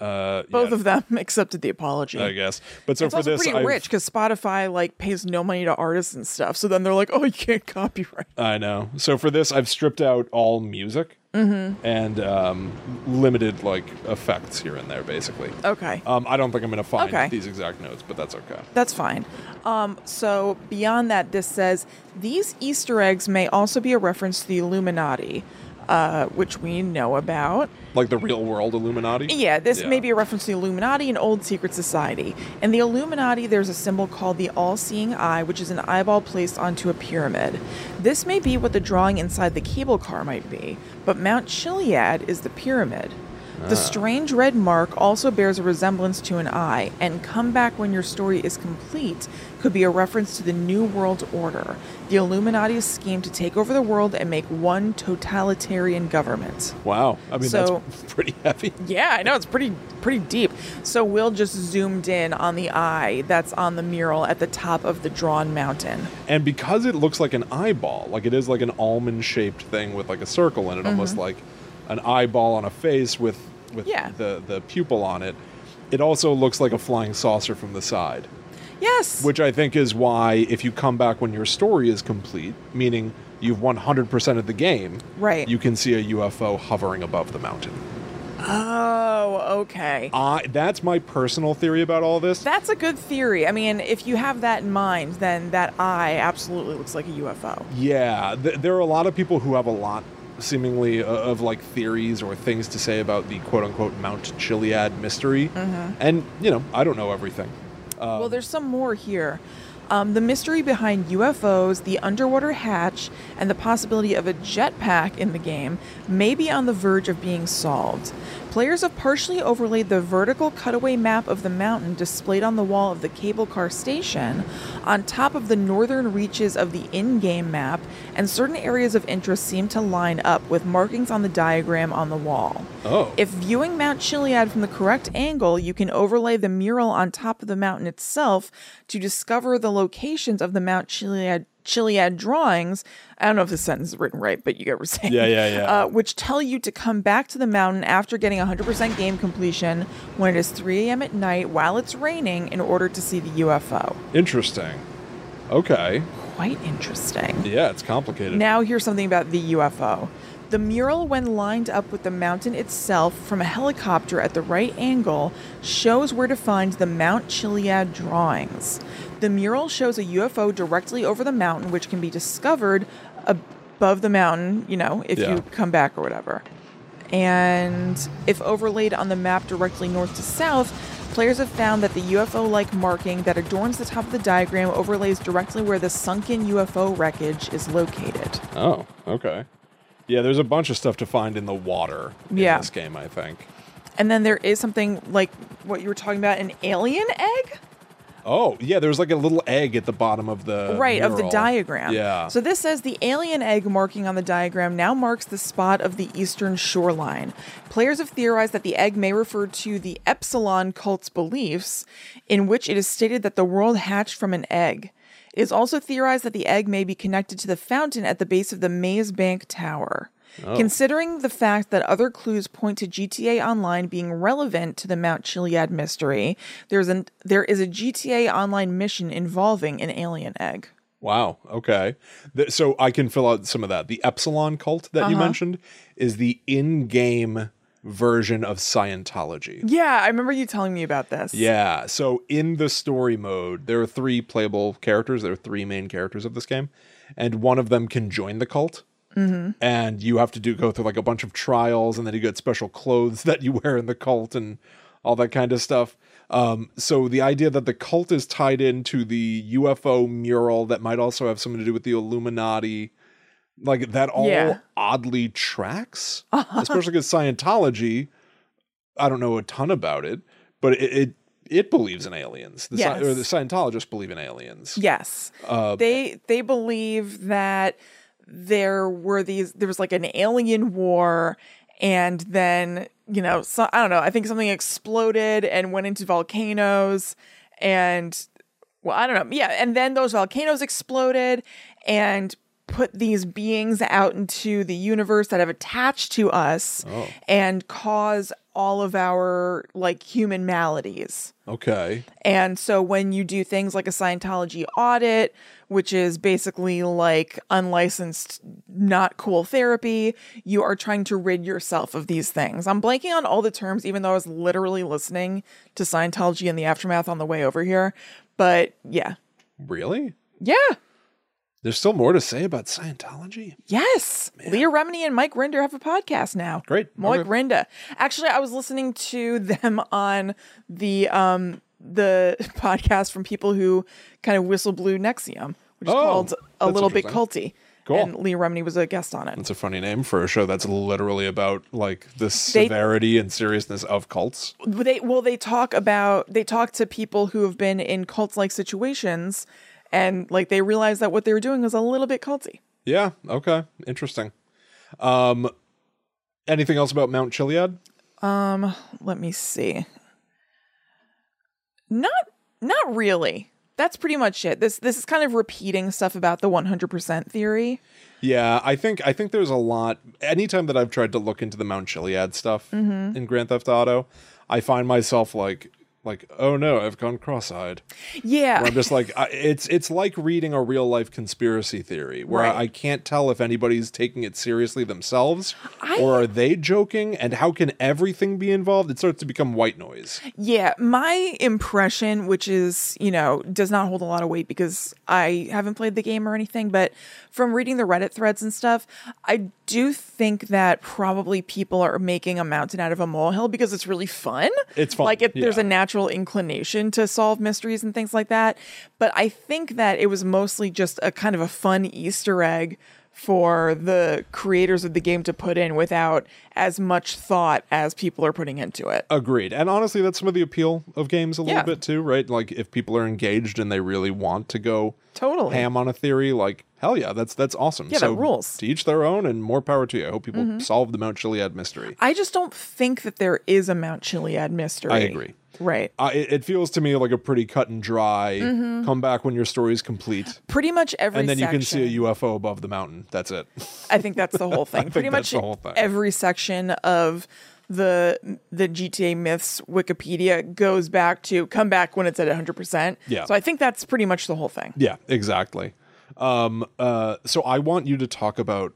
B: uh,
A: Both
B: yeah,
A: of them [LAUGHS] accepted the apology.
B: I guess. But so
A: it's
B: for
A: also
B: this,
A: pretty
B: I've-
A: rich because Spotify like pays no money to artists and stuff. So then they're like, oh, you can't copyright.
B: I know. So for this, I've stripped out all music
A: Mm-hmm.
B: and um, limited like effects here and there, basically.
A: Okay.
B: Um, I don't think I'm going to find
A: Oh. Okay.
B: these exact notes, but that's okay.
A: Uh, That's fine. Um, so beyond that, this says these Easter eggs may also be a reference to the Illuminati, uh, which we know about.
B: Like the real world Illuminati.
A: Yeah, this may
B: Yeah.
A: be a reference to the Illuminati, an old secret society. In the Illuminati, there's a symbol called the All Seeing Eye, which is an eyeball placed onto a pyramid. This may be what the drawing inside the cable car might be, but Mount Chiliad is the pyramid. The strange red mark also bears a resemblance to an eye, and come back when your story is complete could be a reference to the New World Order, the Illuminati's scheme to take over the world and make one totalitarian government.
B: Wow. I mean,
A: So-
B: that's [LAUGHS] pretty heavy.
A: Yeah, I know it's pretty pretty deep. So Will just zoomed in on the eye that's on the mural at the top of the drawn mountain.
B: And because it looks like an eyeball, like it is like an almond shaped thing with like a circle in it, almost like an eyeball on a face with with
A: Mm-hmm. Yeah.
B: the the pupil on it. It also looks like a flying saucer from the side,
A: Yes.
B: which I think is why if you come back when your story is complete, meaning you've 100% of the game,
A: Right.
B: you can see a UFO hovering above the mountain.
A: oh, okay.
B: I that's my personal theory about all this.
A: That's a good theory. I mean, if you have that in mind, then that eye absolutely looks like a UFO.
B: Yeah, th- there are a lot of people who have a lot, seemingly, uh, of like theories or things to say about the quote unquote Mount Chiliad mystery.
A: Mm-hmm.
B: And, you know, I don't know everything.
A: well, there's some more here. Um, the mystery behind UFOs, the underwater hatch, and the possibility of a jetpack in the game may be on the verge of being solved. Players have partially overlaid the vertical cutaway map of the mountain displayed on the wall of the cable car station on top of the northern reaches of the in game map, and certain areas of interest seem to line up with markings on the diagram on the wall.
B: Oh.
A: If viewing Mount Chiliad from the correct angle, you can overlay the mural on top of the mountain itself to discover the locations of the Mount Chiliad, Chiliad drawings. I don't know if this sentence is written right, but you get what I'm saying.
B: Yeah, yeah, yeah.
A: Uh, which tell you to come back to the mountain after getting 100% game completion when it is 3 a.m. at night while it's raining in order to see the UFO.
B: Interesting. Okay.
A: Quite interesting.
B: Yeah, it's complicated.
A: Now, here's something about the UFO. The mural, when lined up with the mountain itself from a helicopter at the right angle, shows where to find the Mount Chiliad drawings. The mural shows a UFO directly over the mountain, which can be discovered above the mountain, you know, if
B: Yeah.
A: you come back or whatever. And if overlaid on the map directly north to south, players have found that the UFO like marking that adorns the top of the diagram overlays directly where the sunken UFO wreckage is located.
B: oh, okay. Yeah, there's a bunch of stuff to find in the water in
A: Yeah.
B: this game, I think.
A: And then there is something like what you were talking about an alien egg?
B: Oh, yeah, there's like a little egg at the bottom of the
A: right, of the
B: mural.
A: diagram.
B: Yeah.
A: So this says the alien egg marking on the diagram now marks the spot of the eastern shoreline. Players have theorized that the egg may refer to the Epsilon cult's beliefs, in which it is stated that the world hatched from an egg. It is also theorized that the egg may be connected to the fountain at the base of the Maze Bank Tower. Considering the fact that other clues point to GTA Online being relevant to the Mount Chiliad mystery, there's an there is a GTA Online mission involving an alien egg.
B: Wow. Okay. Th- so I can fill out some of that. The Epsilon cult that you mentioned is the in game version of Scientology.
A: Yeah, I remember you telling me about this.
B: Yeah. So in the story mode, there are three playable characters. There are three main characters of this game, and one of them can join the cult. And you have to do go through like a bunch of trials, and then you get special clothes [LAUGHS] that you wear in the cult and all that kind of stuff. Um, so the idea that the cult is tied into the UFO mural that might also have something to do with the Illuminati, like that all
A: Yeah.
B: oddly tracks, especially because Scientology. I don't know a ton about it, but it it, it believes in aliens. The, Sci- or
A: Yes.
B: the Scientologists believe in aliens.
A: Yes. they they believe that there were these there was like an alien war and then, you know, so I don't know, I think something exploded and went into volcanoes and well, I don't know. Yeah, and then those volcanoes exploded and put these beings out into the universe that have attached to us and cause all of our like human maladies.
B: Okay.
A: And so when you do things like a Scientology audit, which is basically like unlicensed, not cool therapy, you are trying to rid yourself of these things. I'm blanking on all the terms, even though I was literally listening to Scientology in the aftermath on the way over here. But yeah.
B: Really?
A: Yeah.
B: There's still more to say about Scientology.
A: Yes. Leah Remini and Mike Rinder have a podcast now.
B: Great.
A: Mike
B: Okay.
A: Rinder. Actually, I was listening to them on the um the [LAUGHS] podcast from people who kind of whistle blew Nexium, which is
B: Oh,
A: called A
B: that's
A: Little Bit
B: interesting.
A: Culty.
B: Cool.
A: And Leah Remini was a guest on it.
B: That's a funny name for a show that's literally about like the
A: They-
B: severity and seriousness of cults.
A: They well, they talk about they talk to people who have been in cult like situations and like they realized that what they were doing was a little bit culty.
B: Yeah. Okay. Interesting. Um, anything else about Mount Chiliad?
A: let me see. Not not really. That's pretty much it. This this is kind of repeating stuff about the 100% theory.
B: Yeah, I think I think there's a lot. Anytime that I've tried to look into the Mount Chiliad stuff
A: Mm-hmm.
B: in Grand Theft Auto, I find myself like like oh no, I've gone cross-eyed.
A: Yeah.
B: Where I'm just like I, it's it's like reading a real life conspiracy theory where
A: Right.
B: I, can't tell if anybody's taking it seriously themselves
A: I-
B: or are they joking and how can everything be involved? It starts to become white noise.
A: Yeah, my impression, which is, you know, does not hold a lot of weight because I haven't played the game or anything, but from reading the Reddit threads and stuff, I do think that probably people are making a mountain out of a molehill because it's really fun.
B: It's fun,
A: Like, it, there's
B: yeah.
A: a natural inclination to solve mysteries and things like that. But I think that it was mostly just a kind of a fun Easter egg for the creators of the game to put in without as much thought as people are putting into it.
B: Agreed. And honestly, that's some of the appeal of games a little
A: Yeah.
B: bit too, right? Like if people are engaged and they really want to go
A: Totally.
B: ham on a theory, like hell yeah, that's that's awesome.
A: Yeah, that rules. Mm-hmm.
B: To each their own, and more power to you. I hope people solve the Mount Chiliad mystery.
A: I just don't think that there is a Mount Chiliad mystery.
B: I agree. Um,
A: Right.
B: Uh, it, it feels to me like a pretty cut and dry.
A: Mm-hmm.
B: Come back when your story is complete,
A: Pretty much every
B: and then you can
A: section-
B: see a UFO above the mountain. That's it. [LAUGHS]
A: I think that's the whole thing. Pretty much
B: that's the whole thing.
A: every section of the the GTA Myths Wikipedia goes back to come back when it's at 100%.
B: Yeah.
A: So I think that's pretty much the whole thing.
B: yeah, exactly. Um, uh, so I want you to talk about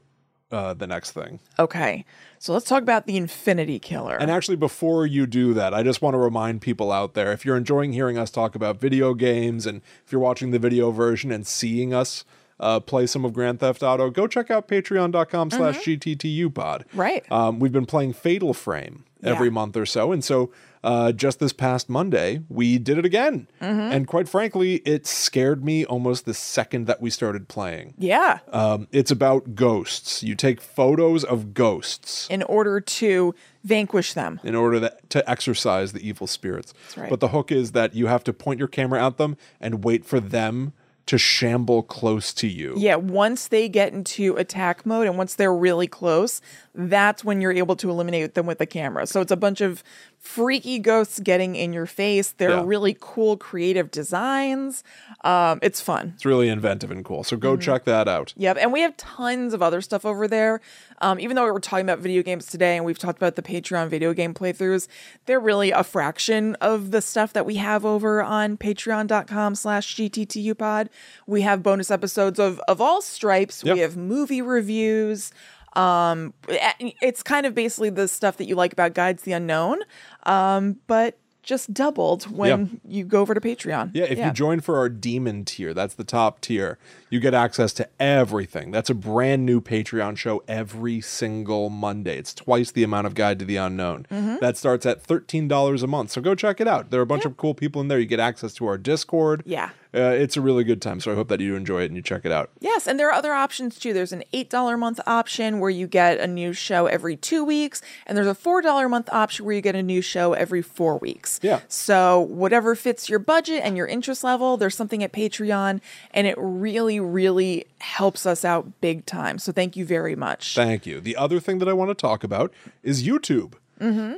B: uh, the next thing.
A: Okay. So let's talk about the Infinity Killer.
B: And actually, before you do that, I just want to remind people out there if you're enjoying hearing us talk about video games and if you're watching the video version and seeing us uh, play some of Grand Theft Auto, go check out patreon.com slash gttupod.
A: Mm-hmm. Right.
B: Um, we've been playing Fatal Frame every
A: Yeah.
B: month or so. And so uh, just this past Monday, we did it again.
A: Mm-hmm.
B: And quite frankly, it scared me almost the second that we started playing.
A: yeah.
B: Um, it's about ghosts. You take photos of ghosts
A: In order to vanquish them.
B: in order to, to exorcise the evil spirits.
A: right.
B: But the hook is that you have to point your camera at them and wait for them to shamble close to you.
A: Yeah, once they get into attack mode and once they're really close, that's when you're able to eliminate them with the camera. So it's a bunch of freaky ghosts getting in your face. They're
B: Yeah.
A: really cool, creative designs. Um, it's fun.
B: It's really inventive and cool. So go
A: Mm-hmm.
B: check that out.
A: Yep. And we have tons of other stuff over there. Um, even though we were talking about video games today and we've talked about the Patreon video game playthroughs, they're really a fraction of the stuff that we have over on patreon.com slash gttupod. We have bonus episodes of, of all stripes.
B: Yep.
A: We have movie reviews. Um, a- it's kind of basically the stuff that you like about Guides the Unknown, um, but just doubled when you go over to Patreon.
B: Yeah, if you join for our demon tier, that's the top tier, you get access to everything. That's a brand new Patreon show every single Monday. It's twice the amount of Guide to the Unknown.
A: Mm-hmm.
B: That starts at $13 a month. So go check it out. There are a bunch of cool people in there. You get access to our Discord.
A: Yeah.
B: Uh, it's a really good time. So I hope that you enjoy it and you check it out.
A: Yes, and there are other options too. There's an $8 a month option where you get a new show every two weeks, and there's a $4 a month option where you get a new show every four weeks.
B: Yeah.
A: So, whatever fits your budget and your interest level, there's something at Patreon, and it really, really helps us out big time. So, thank you very much.
B: Thank you. The other thing that I want to talk about is YouTube.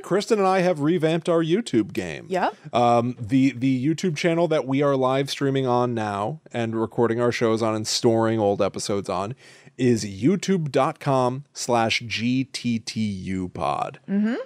B: Kristen and I have revamped our YouTube game.
A: Yeah.
B: Um, the the YouTube channel that we are live streaming on now and recording our shows on and storing old episodes on is youtube.com slash gttupod.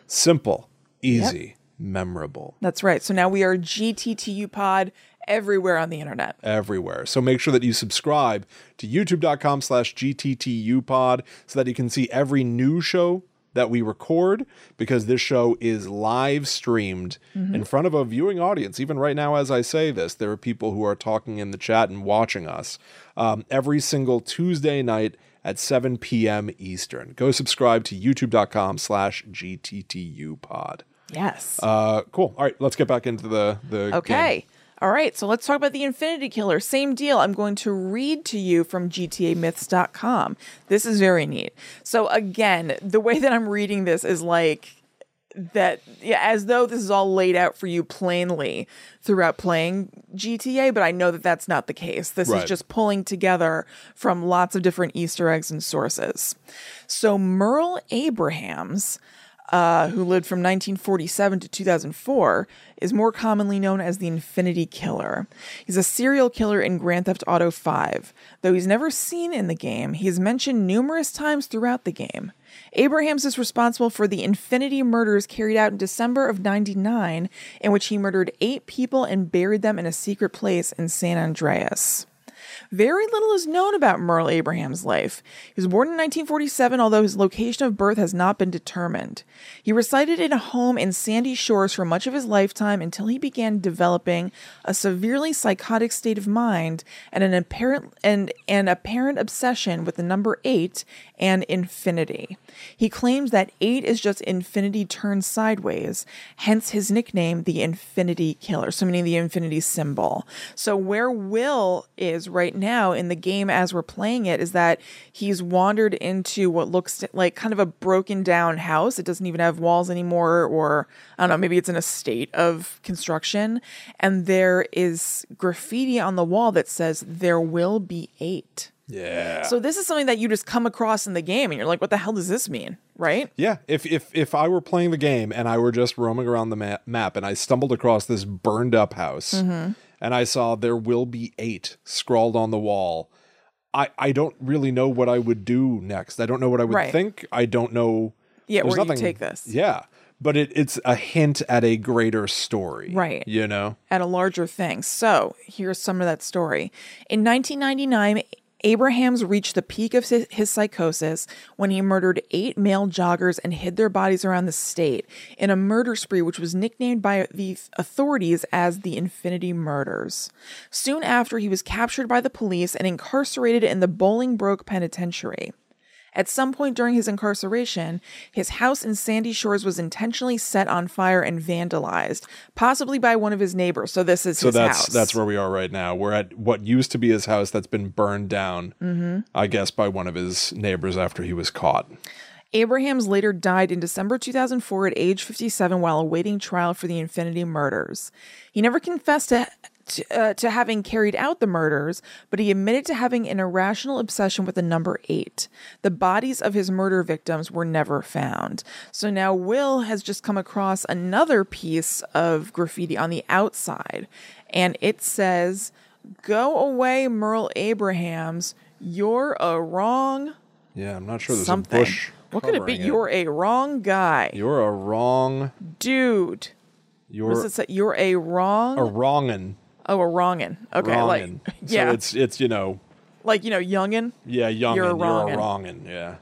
B: Simple, easy, memorable.
A: That's right. So, now we are GTTU Pod everywhere on the internet.
B: everywhere. So make sure that you subscribe to youtube.com slash gttupod so that you can see every new show that we record because this show is live streamed in front of a viewing audience. Even right now, as I say this, there are people who are talking in the chat and watching us um, every single Tuesday night at 7 p.m. Eastern. Go subscribe to youtube.com slash gttupod.
A: Yes.
B: Uh, cool. All right, let's get back into the, the game.
A: Okay. All right. So let's talk about the Infinity Killer. Same deal. I'm going to read to you from GTAMyths.com. This is very neat. So, again, the way that I'm reading this is like that, yeah, as though this is all laid out for you plainly throughout playing GTA, but I know that that's not the case. This
B: Right.
A: is just pulling together from lots of different Easter eggs and sources. So, Merle Abrahams uh, who lived from 1947 to 2004, is more commonly known as the Infinity Killer. He's a serial killer in Grand Theft Auto 5. Though he's never seen in the game, he is mentioned numerous times throughout the game. Abrahams is responsible for the Infinity murders carried out in December of 99, in which he murdered eight people and buried them in a secret place in San Andreas. Very little is known about Merle Abraham's life. He was born in 1947, although his location of birth has not been determined. He resided in a home in Sandy Shores for much of his lifetime until he began developing a severely psychotic state of mind and an apparent and an apparent obsession with the number 8 and infinity. He claims that 8 is just infinity turned sideways, hence his nickname the infinity killer, so meaning the infinity symbol. So where will is right right now in the game as we're playing it is that he's wandered into what looks t- like kind of a broken down house. It doesn't even have walls anymore, or I don't know, maybe it's in a state of construction. And there is graffiti on the wall that says, There will be eight.
B: Yeah.
A: So this is something that you just come across in the game and you're like, what the hell does this mean? Right?
B: Yeah, if if if I were playing the game and I were just roaming around the ma- map and I stumbled across this burned up house
A: Mm-hmm.
B: and I saw there will be 8 scrawled on the wall, I I don't really know what I would do next. I don't know what I would
A: Right.
B: think. I don't know
A: Yeah, where you take this.
B: Yeah. But it, it's a hint at a greater story.
A: Right.
B: You know?
A: At a larger thing. So here's some of that story. In 1999, Abrahams reached the peak of his his psychosis when he murdered eight male joggers and hid their bodies around the state in a murder spree, which was nicknamed by the authorities as the Infinity Murders. Soon after, he was captured by the police and incarcerated in the Bolingbroke Penitentiary. At some point during his incarceration, his house in Sandy Shores was intentionally set on fire and vandalized, possibly by one of his neighbors. So this is
B: So
A: his
B: that's
A: house.
B: that's where we are right now. We're at what used to be his house that's been burned down,
A: Mm-hmm.
B: I guess, by one of his neighbors after he was caught.
A: Abrahams later died in December 2004 at age 57 while awaiting trial for the Infinity Murders. He never confessed to, to, uh, to having carried out the murders, but he admitted to having an irrational obsession with the number eight. The bodies of his murder victims were never found. So now Will has just come across another piece of graffiti on the outside, and it says, Go away, Merle Abrahams. You're a wrong
B: Yeah, I'm not sure there's
A: something.
B: a bush.
A: What could it be?
B: covering
A: You're a wrong guy,
B: You're a wrong.
A: dude. What does
B: You're
A: it say? You're a wrong.
B: a wrongin.
A: oh, a wrongin. Okay, like [LAUGHS]
B: Wrongin.
A: yeah,
B: So it's it's you know
A: like you know, youngin.
B: yeah youngin.
A: You're
B: You're
A: a
B: a wrongin. Yeah.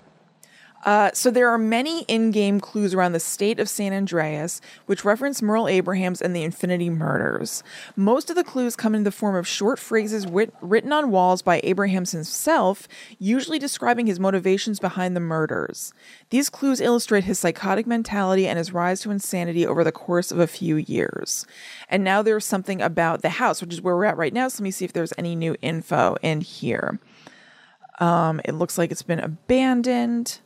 A: Uh, so there are many in-game clues around the state of San Andreas, which reference Merle Abrahams and the Infinity Murders. Most of the clues come in the form of short phrases writ- written on walls by Abrahams himself, usually describing his motivations behind the murders. These clues illustrate his psychotic mentality and his rise to insanity over the course of a few years. And now there's something about the house, which is where we're at right now. So let me see if there's any new info in here. Um, it looks like it's been abandoned.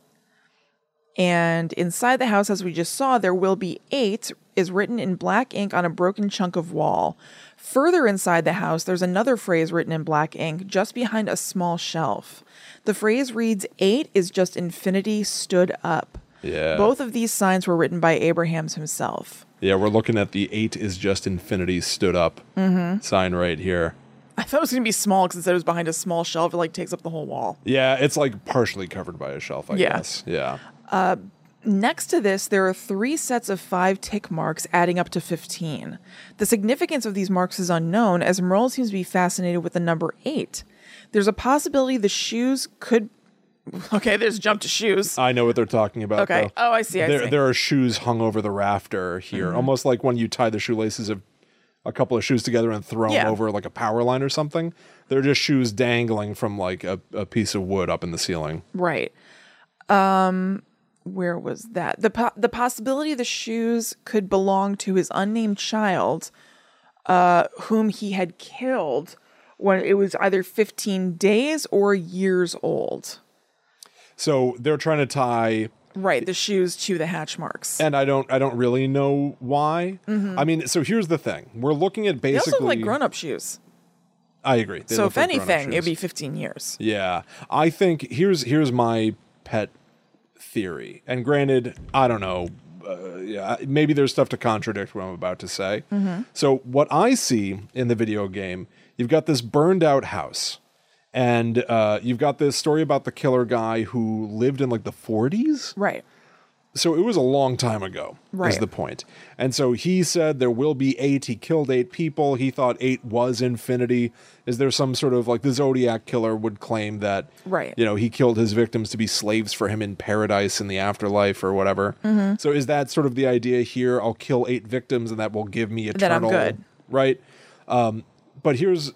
A: And inside the house, as we just saw, there will be eight is written in black ink on a broken chunk of wall. Further inside the house, there's another phrase written in black ink just behind a small shelf. The phrase reads, Eight is just infinity stood up.
B: Yeah.
A: Both of these signs were written by Abrahams himself.
B: Yeah, we're looking at the eight is just infinity stood up
A: Mm-hmm.
B: sign right here.
A: I thought it was going to be small because it said it was behind a small shelf. It like takes up the whole wall.
B: Yeah, it's like partially covered by a shelf, I
A: Yeah.
B: guess. Yeah.
A: Next to this, there are three sets of five tick marks adding up to 15. The significance of these marks is unknown, as Merle seems to be fascinated with the number eight. There's a possibility the shoes could. [LAUGHS] Okay, there's jump to shoes.
B: I know what they're talking about.
A: Okay.
B: though.
A: Oh, I see, I
B: there,
A: see. Mm-hmm.
B: there are shoes hung over the rafter here, almost like when you tie the shoelaces of a couple of shoes together and throw
A: Yeah.
B: them over like a power line or something. They're just shoes dangling from like a, a piece of wood up in the ceiling.
A: Right. Um where was that? The po- the possibility the shoes could belong to his unnamed child uh whom he had killed when it was either 15 days or years old.
B: So they're trying to tie,
A: Right, the shoes to the hatch marks.
B: and I don't, I don't really know why. I mean, so here's the thing: we're looking at
A: Mm-hmm. They also
B: basically.
A: look like grown-up shoes.
B: I agree. They
A: so
B: look
A: if
B: like grown-up
A: anything,
B: shoes.
A: it'd be 15 years.
B: Yeah. I think here's here's my pet theory. And granted, I don't know. Uh, yeah, maybe there's stuff to contradict what I'm about to say. So what I see in the video game, you've got this burned out house, and uh, you've got this story about the killer guy who lived in like the 40s
A: Right.
B: so it was a long time ago is
A: Right.
B: the point and so he said there will be eight he killed eight people he thought eight was infinity is there some sort of like the zodiac killer would claim that
A: Right.
B: you know he killed his victims to be slaves for him in paradise in the afterlife or whatever
A: Mm-hmm.
B: so is that sort of the idea here i'll kill eight victims and that will give me
A: Then I'm
B: eternal
A: good.
B: right Um, but here's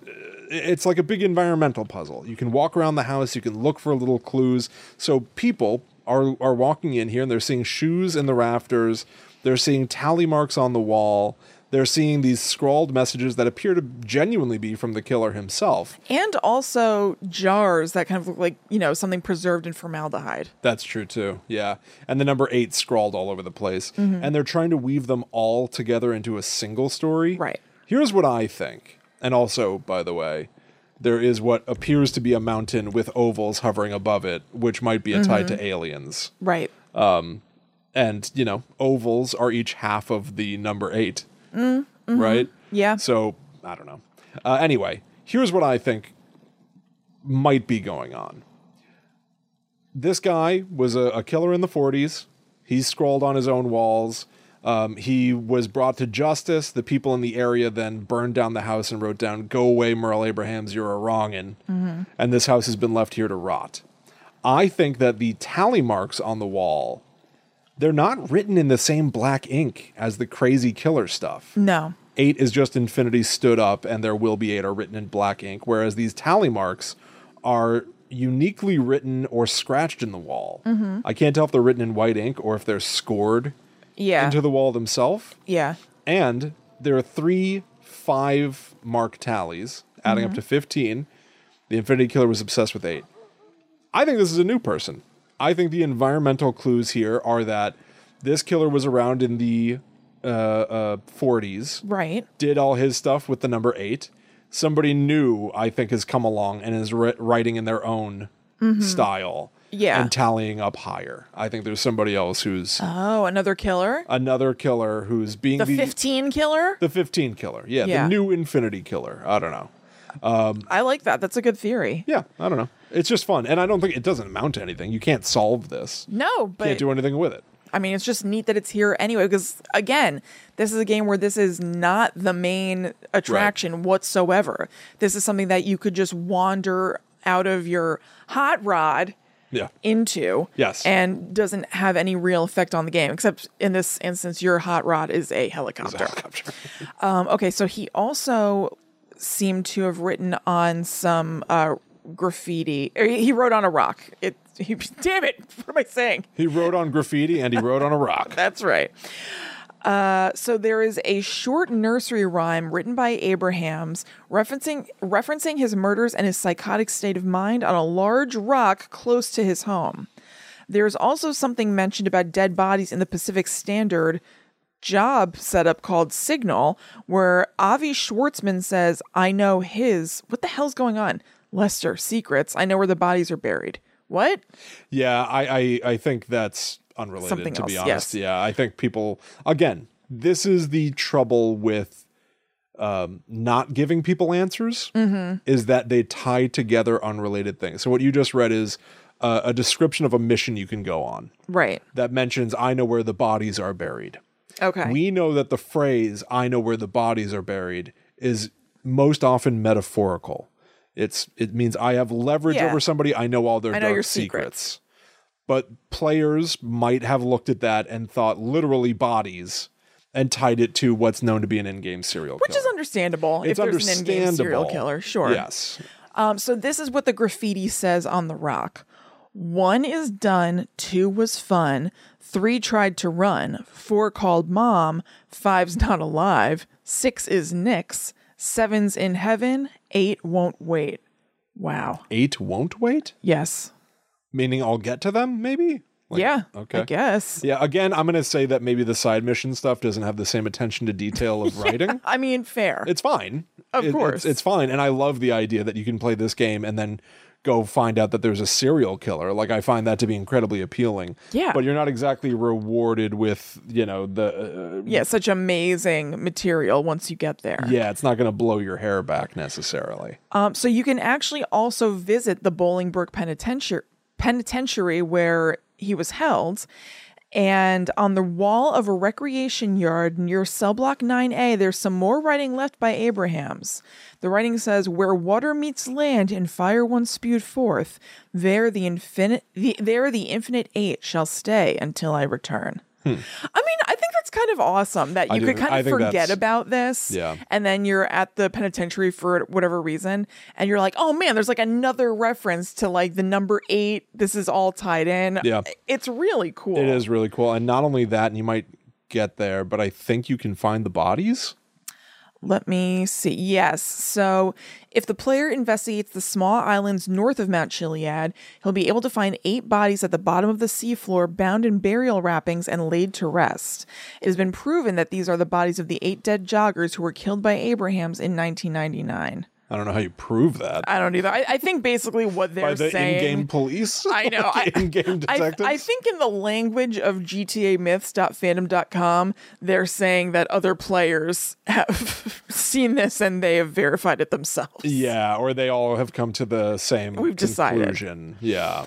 B: it's like a big environmental puzzle. You can walk around the house, you can look for little clues. So people are are walking in here and they're seeing shoes in the rafters, they're seeing tally marks on the wall, They're seeing these scrawled messages that appear to genuinely be from the killer himself.
A: And also jars that kind of look like, you know, something preserved in formaldehyde.
B: That's true too. Yeah. And the number eight scrawled all over the place.
A: Mm-hmm.
B: And they're trying to weave them all together into a single story.
A: Right.
B: Here's what I think. And also, by the way, there is what appears to be a mountain with ovals hovering above it, which might be a tie
A: Mm-hmm.
B: to aliens.
A: Right.
B: And, you know, ovals are each half of the number 8 Right?
A: Mm-hmm. Yeah.
B: So, I don't know. Uh, anyway, here's what I think might be going on. This guy was a, a killer in the 40s. He scrawled on his own walls. Um, he was brought to justice. The people in the area then burned down the house and wrote down, Go away, Merle Abrahams, you're a wrongin'. And this house has been left here to rot. I think that the tally marks on the wall, they're not written in the same black ink as the crazy killer stuff
A: No.
B: eight is just infinity stood up and there will be eight are written in black ink whereas these tally marks are uniquely written or scratched in the wall i can't tell if they're written in white ink or if they're scored
A: Yeah.
B: into the wall themselves
A: yeah.
B: and there are three five mark tallies adding up to 15 the infinity killer was obsessed with eight i think this is a new person i think the environmental clues here are that this killer was around in the uh, uh, 40s
A: Right.
B: did all his stuff with the number eight. Somebody new, I think, has come along and is ri- writing in their own style.
A: Mm-hmm. Yeah.
B: And tallying up higher. I think there's somebody else who's
A: Oh, another killer?
B: another killer who's being
A: The
B: the,
A: 15 killer?
B: Uh, the 15 killer. Yeah,
A: Yeah.
B: The new infinity killer. I don't know.
A: I like that. That's a good theory.
B: Yeah. I don't know. It's just fun. And I don't think it doesn't amount to anything. You can't solve this.
A: No, but
B: can't do anything with it.
A: I mean, it's just neat that it's here anyway. Because again, this is a game where this is not the main attraction whatsoever. This is something that you could just wander out of your hot rod
B: Yeah.
A: into.
B: Yes.
A: And doesn't have any real effect on the game, except in this instance, your hot rod is a helicopter. [LAUGHS] Um, okay, so he also seemed to have written on some uh, graffiti. Or he he wrote on a rock. It. He, [LAUGHS] damn it! What am I saying?
B: he wrote on graffiti and he wrote on a rock.
A: That's right. Uh, so there is a short nursery rhyme written by Abrahams referencing referencing his murders and his psychotic state of mind on a large rock close to his home. There's also something mentioned about dead bodies in the Pacific Standard job setup called Signal, where Avi Schwartzman says, I know his. What the hell's going on? Lester, secrets. I know where the bodies are buried. What?
B: Yeah, I, I, I think that's unrelated,
A: Something
B: to be
A: else,
B: honest.
A: yes.
B: Yeah, I think people, again, this is the trouble with um, not giving people answers
A: Mm-hmm.
B: is that they tie together unrelated things. So, what you just read is uh, a description of a mission you can go on
A: Right.
B: that mentions, I know where the bodies are buried.
A: Okay.
B: We know that the phrase, I know where the bodies are buried, is most often metaphorical. It's it means I have leverage
A: Yeah.
B: over somebody, I know all their
A: I know
B: dark
A: your
B: secrets.
A: secrets.
B: But players might have looked at that and thought literally bodies and tied it to what's known to be an in-game serial
A: Which is understandable if there's an in-game serial killer, sure.
B: Yes.
A: Um, so this is what the graffiti says on the rock. One is done, two was fun, three tried to run, four called mom, five's not alive, six is nix, seven's in heaven, eight won't wait. Wow.
B: Eight won't wait?
A: Yes.
B: Meaning I'll get to them, maybe? Like,
A: yeah.
B: okay.
A: I guess.
B: Yeah, again, I'm going to say that maybe the side mission stuff doesn't have the same attention to
A: [LAUGHS]
B: detail of writing.
A: I mean, fair.
B: It's fine.
A: Of
B: It- it's-
A: course.
B: It's, fine. And I love the idea that you can play this game and then go find out that there's a serial killer. Like, I find that to be incredibly appealing.
A: Yeah.
B: But you're not exactly rewarded with, you know, the. Uh,
A: yeah, such amazing material once you get there.
B: yeah, it's not going to blow your hair back necessarily.
A: Um, so you can actually also visit the Bolingbrook Penitentiary, penitentiary where he was held. And on the wall of a recreation yard near cell block 9A, there's some more writing left by Abrahams. The writing says, "Where water meets land and fire once spewed forth, there the infinite, the, there the infinite eight shall stay until I return." I mean, I think that's kind of awesome that you
B: do
A: could
B: think-
A: kind
B: Hmm. I
A: of
B: think
A: forget
B: that's-
A: about this.
B: Yeah.
A: And then you're at the penitentiary for whatever reason, and you're like, oh man, there's like another reference to like the number eight. This is all tied in.
B: Yeah.
A: It's really cool.
B: It is really cool. And not only that, and you might get there, but I think you can find the bodies.
A: Let me see. Yes. So, if the player investigates the small islands north of Mount Chiliad, he'll be able to find eight bodies at the bottom of the seafloor bound in burial wrappings and laid to rest. It has been proven that these are the bodies of the eight dead joggers who were killed by Abrahams in 1999.
B: I don't know how you prove that.
A: I don't either. I, I think basically what they're
B: By the
A: saying.
B: in-game police?
A: [LAUGHS] I know.
B: [LAUGHS] Like,
A: I-
B: in-game
A: I,
B: detectives?
A: I think in the language of GTAMyths.fandom.com, they're saying that other players have [LAUGHS] seen this and they have verified it themselves.
B: yeah, or they all have come to the same
A: We've decided.
B: conclusion. Yeah.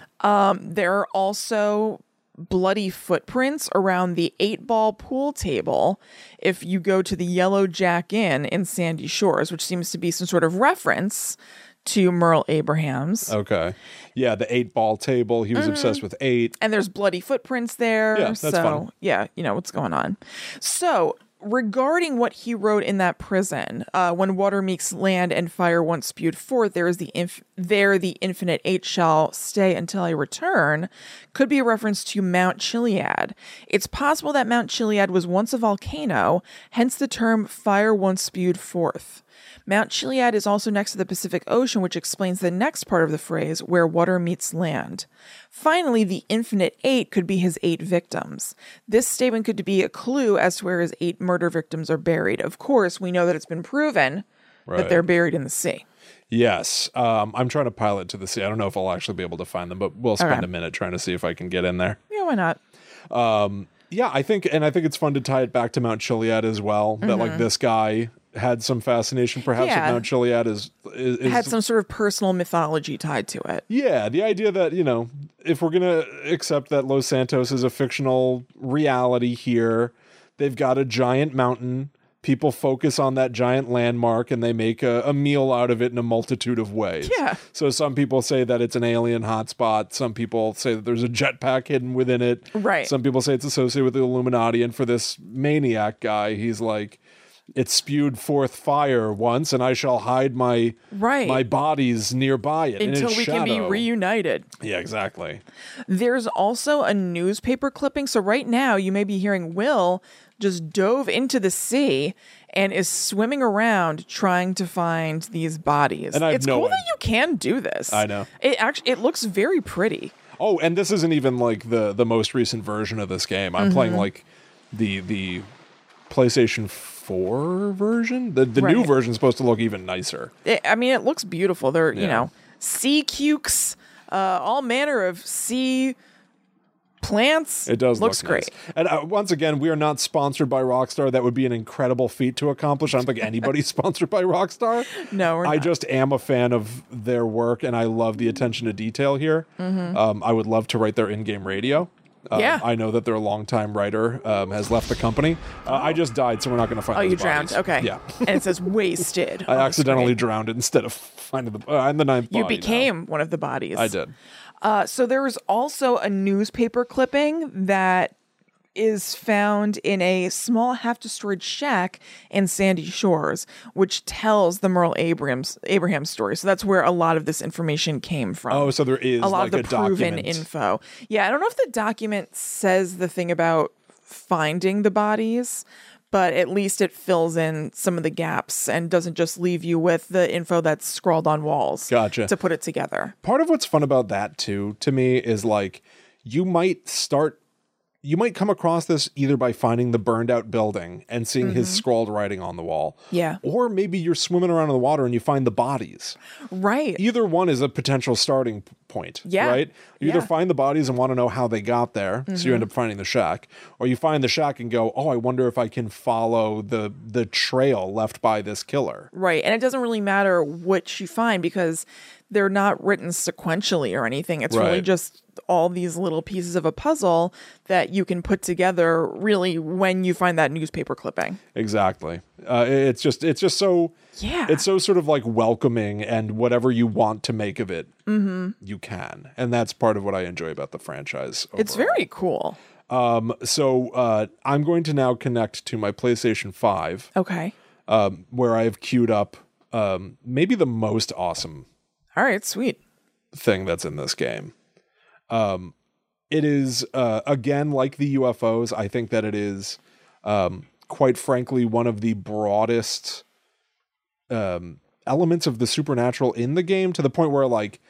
A: There are also bloody footprints around the eight ball pool table if you go to the Yellow Jack Inn in Sandy Shores, which seems to be some sort of reference to Merle Abrahams.
B: Okay. Yeah, the eight ball table. He was
A: Mm-hmm.
B: obsessed with eight.
A: and there's bloody footprints there.
B: Yeah, that's
A: so
B: fun.
A: yeah, you know what's going on. So regarding what he wrote in that prison, uh, when water meets land and fire once spewed forth, there is the inf- there the infinite eight shall stay until I return, could be a reference to Mount Chiliad. It's possible that Mount Chiliad was once a volcano, hence the term fire once spewed forth. Mount Chiliad is also next to the Pacific Ocean, which explains the next part of the phrase, where water meets land. Finally, the infinite eight could be his eight victims. This statement could be a clue as to where his eight murder victims are buried. Of course, we know that it's been proven
B: Right.
A: that they're buried in the sea.
B: Yes. Um, I'm trying to pilot to the sea. I don't know if I'll actually be able to find them, but we'll spend
A: Okay.
B: a minute trying to see if I can get in there.
A: Yeah, why not?
B: Yeah, I think, and I think it's fun to tie it back to Mount Chiliad as well. That like this guy had some fascination, perhaps
A: Mm-hmm. Yeah.
B: with Mount Chiliad is is, is
A: Had some sort of personal mythology tied to
B: [LAUGHS]
A: it.
B: Yeah, the idea that, you know, if we're going to accept that Los Santos is a fictional reality here, they've got a giant mountain. People focus on that giant landmark and they make a, a meal out of it in a multitude of ways.
A: Yeah.
B: So some people say that it's an alien hotspot. Some people say that there's a jetpack hidden within it.
A: Right.
B: Some people say it's associated with the Illuminati. And for this maniac guy, he's like, it spewed forth fire once, and I shall hide my
A: Right.
B: my bodies nearby it in
A: Until
B: its
A: we can be
B: shadow.
A: reunited.
B: Yeah, exactly.
A: There's also a newspaper clipping. So, right now, you may be hearing Will just dove into the sea and is swimming around trying to find these bodies.
B: I have
A: it's
B: no
A: cool
B: idea.
A: that you can do this.
B: I know.
A: It actually it looks very pretty.
B: Oh, and this isn't even like the the most recent version of this game. I'm
A: Mm-hmm.
B: playing like the the PlayStation 4 version. The the new
A: Right.
B: version's supposed to look even nicer.
A: It, I mean, it looks beautiful. They're, you
B: Yeah.
A: know, sea cukes, uh, all manner of sea plants.
B: It does
A: Looks
B: look
A: great.
B: nice. And uh, once again, we are not sponsored by Rockstar. That would be an incredible feat to accomplish. I don't think anybody's [LAUGHS] sponsored by Rockstar.
A: No, we're
B: I
A: not.
B: just am a fan of their work, and I love the attention to detail here. Um, I would love to write their in-game radio. Um,
A: Mm-hmm. Yeah.
B: I know that their longtime writer um, has left the company. Uh, I just died, so we're not going to find.
A: Oh, you drowned. Okay. [LAUGHS]
B: Yeah,
A: and it says wasted.
B: [LAUGHS]
A: Oh,
B: I accidentally drowned instead of [LAUGHS] finding the. Uh, I'm the ninth.
A: You
B: body now.
A: became one of the bodies.
B: I did.
A: Uh, so there was also a newspaper clipping that is found in a small half-destroyed shack in Sandy Shores, which tells the Merle Abrams Abraham story. So that's where a lot of this information came from.
B: Oh, so there is
A: a lot
B: like
A: of the
B: a
A: proven
B: document.
A: info. Yeah, I don't know if the document says the thing about finding the bodies, but at least it fills in some of the gaps and doesn't just leave you with the info that's scrawled on walls.
B: Gotcha.
A: To put it together.
B: part of what's fun about that too to me is like you might start you might come across this either by finding the burned out building and seeing his scrawled writing on the wall
A: Mm-hmm. Yeah.
B: or maybe you're swimming around in the water and you find the bodies
A: Right.
B: either one is a potential starting p- point
A: Yeah.
B: right you either
A: Yeah. Mm-hmm.
B: find the bodies and want to know how they got there so you end up finding the shack or you find the shack and go oh i wonder if i can follow the the trail left by this killer
A: Right. And it doesn't really matter what you find because they're not written sequentially or anything. It's really
B: Right.
A: just all these little pieces of a puzzle that you can put together really when you find that newspaper clipping.
B: exactly uh, it- it's just it's just so
A: Yeah.
B: it's so sort of like welcoming and whatever you want to make of it you can and that's part of what i enjoy about the franchise
A: it's
B: overall.
A: very cool.
B: so uh, i'm going to now connect to my playstation 5
A: Okay.
B: um, where i have queued up um, maybe the most awesome
A: All right, sweet.
B: thing that's in this game um, it is uh, again like the ufos i think that it is um, quite frankly one of the broadest um, elements of the supernatural in the game to the point where like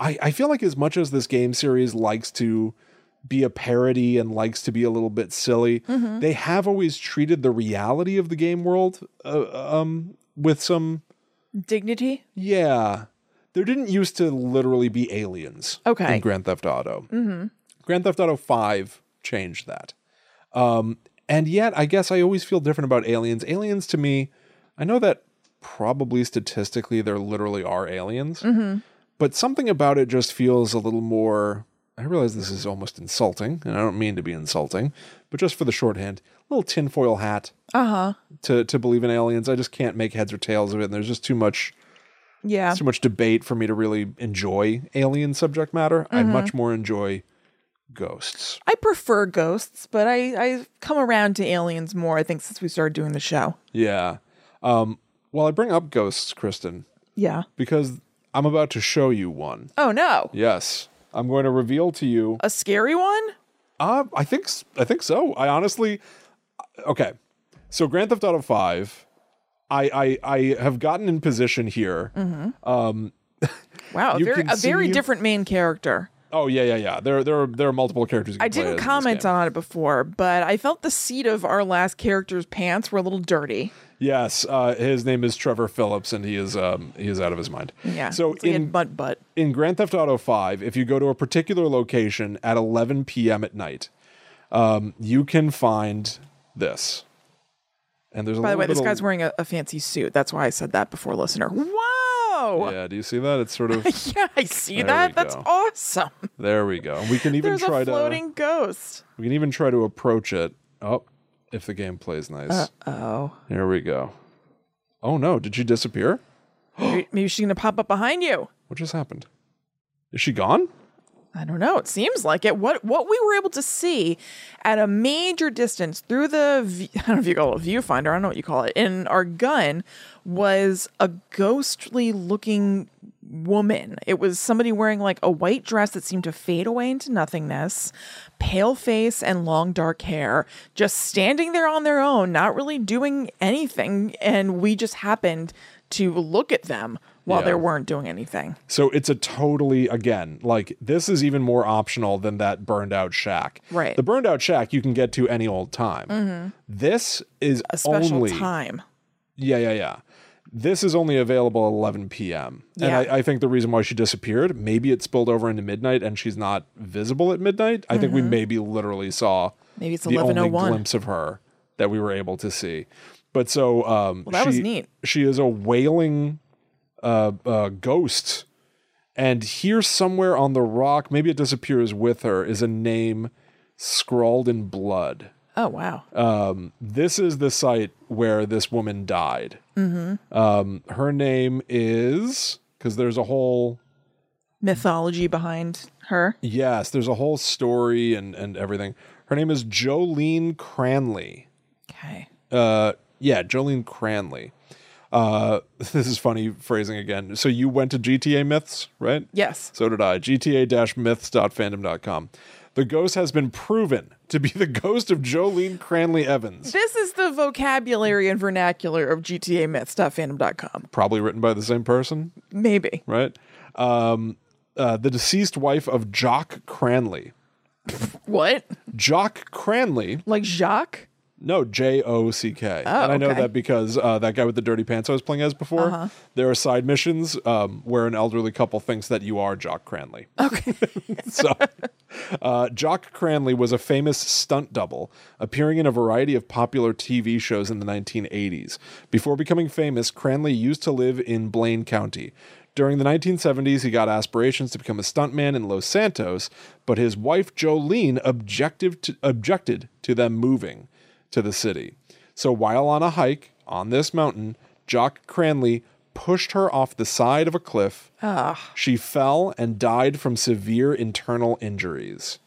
B: I, I feel like as much as this game series likes to be a parody and likes to be a little bit silly, they have always treated the reality of the game world uh, um, with some
A: Dignity?
B: yeah. There didn't used to literally be aliens
A: Okay.
B: in Grand Theft Auto. Mm-hmm. Grand Theft Auto 5 changed that. Um, and yet, I guess I always feel different about aliens. Aliens to me, I know that probably statistically there literally are aliens,
A: Mm-hmm.
B: but something about it just feels a little more. I realize this is almost insulting, and I don't mean to be insulting, but just for the shorthand, little tinfoil hat
A: Uh-huh.
B: to, to believe in aliens. I just can't make heads or tails of it, and there's just too much
A: Yeah.
B: too much debate for me to really enjoy alien subject matter. I
A: Mm-hmm.
B: much more enjoy ghosts.
A: I prefer ghosts, but I, I've come around to aliens more, I think, since we started doing the show.
B: Yeah. Um, well, I bring up ghosts, Kristen,
A: Yeah.
B: because I'm about to show you one.
A: Oh no.
B: Yes, I'm going to reveal to you.
A: A scary one?
B: Uh, I think s- I think so. I honestly, uh, okay. So Grand Theft Auto Five, I I, I have gotten in position here.
A: Mm-hmm. Wow, a
B: You
A: very
B: can
A: a very
B: see-
A: different main character.
B: Oh yeah yeah yeah. There there are, there are multiple characters. You can
A: I
B: play
A: didn't
B: as in this
A: comment
B: game.
A: on it before, but I felt the seat of our last character's pants were a little dirty.
B: Yes, uh, his name is Trevor Phillips, and he is um, he is out of his mind.
A: Yeah.
B: So
A: it's like a
B: in
A: butt butt.
B: in Grand Theft Auto 5, if you go to a particular location at 11 p.m. at night, um, you can find this. And there's a
A: By the
B: little
A: way, this
B: bit
A: guy's
B: of,
A: wearing a, a fancy suit. That's why I said that before, listener. Whoa!
B: Yeah, do you see that? It's sort of
A: [LAUGHS] Yeah, I see
B: There we
A: that. That's
B: go.
A: awesome.
B: there we go. We can even
A: There's
B: try
A: a floating
B: [GASPS]
A: ghost.
B: to we can even try to approach it. Oh, if the game plays nice.
A: Oh,
B: Here we go. Oh no, did she disappear?
A: maybe, maybe she's gonna pop up behind you.
B: What just happened? Is she gone?
A: I don't know. It seems like it. What what we were able to see at a major distance through the v- [LAUGHS] I don't know if you call it a viewfinder. I don't know what you call it. In our gun was a ghostly looking woman. It was somebody wearing like a white dress that seemed to fade away into nothingness, pale face and long dark hair, just standing there on their own, not really doing anything. And we just happened to look at them while
B: Yeah.
A: they weren't doing anything.
B: So it's a totally again like this is even more optional than that burned out shack.
A: Right. Mm-hmm.
B: The burned out shack you can get to any old time. This is
A: A special
B: only
A: time.
B: yeah yeah yeah. This is only available at 11 p.m.
A: Yeah.
B: And I, I think the reason why she disappeared, maybe it spilled over into midnight and she's not visible at midnight. I think we
A: Mm-hmm.
B: maybe literally saw
A: Maybe it's
B: the only
A: 1101.
B: glimpse of her that we were able to see. But so um,
A: that was
B: she-
A: neat.
B: She is a wailing uh, uh, ghost, and here somewhere on the rock, maybe it disappears with her, is a name scrawled in blood.
A: Oh wow.
B: Um, this is the site where this woman died.
A: Mm-hmm.
B: Um, her name is because there's a whole
A: mythology behind her.
B: yes, there's a whole story and and everything. Her name is Jolene Cranley.
A: Okay.
B: uh yeah jolene cranley uh [LAUGHS] this is funny phrasing again so you went to gta myths right
A: Yes.
B: so did i gta-myths.fandom.com the ghost has been proven to be the ghost of jolene cranley evans
A: This is the vocabulary and vernacular of GTA myth.fandom.com.
B: probably written by the same person
A: Maybe.
B: right um uh, the deceased wife of jock cranley
A: What?
B: jock cranley
A: Like Jacques?
B: No, J O C K. and I know
A: Oh, okay. Uh-huh.
B: that because uh, that guy with the dirty pants I was playing as before, there are side missions um, where an elderly couple thinks that you are Jock Cranley.
A: Okay.
B: [LAUGHS] so, uh, Jock Cranley was a famous stunt double, appearing in a variety of popular TV shows in the 1980s. Before becoming famous, Cranley used to live in Blaine County. During the 1970s, he got aspirations to become a stuntman in Los Santos, but his wife Jolene objective to, objected to them moving to the city. So while on a hike on this mountain, Jock Cranley pushed her off the side of a cliff. She fell and died from severe internal injuries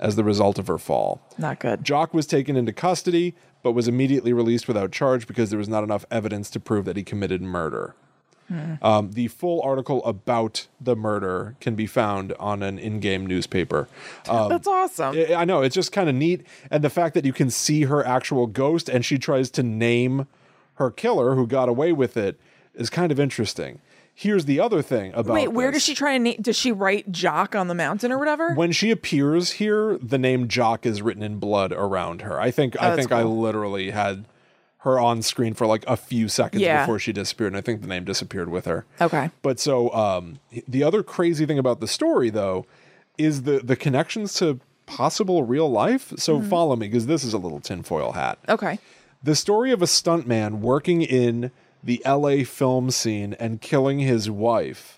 B: as the result of her fall.
A: Not good.
B: Jock was taken into custody, but was immediately released without charge because there was not enough evidence to prove that he committed murder. Um, the full article about the murder can be found on an in game newspaper. Um,
A: That's awesome.
B: I I know it's just kind of neat, and the fact that you can see her actual ghost, and she tries to name her killer who got away with it, is kind of interesting. Here's the other thing about
A: Wait, where
B: this.
A: does she try and na- does she write Jock on the mountain or whatever?
B: when she appears here, the name Jock is written in blood around her. I think I
A: Oh, that's
B: think I literally had her on screen for like a few seconds
A: Yeah.
B: before she disappeared, and I think the name disappeared with her.
A: Okay.
B: But so um, the other crazy thing about the story though is the the connections to possible real life. So
A: Mm-hmm.
B: follow me because this is a little tinfoil hat.
A: Okay.
B: The story of a stuntman working in the LA film scene and killing his wife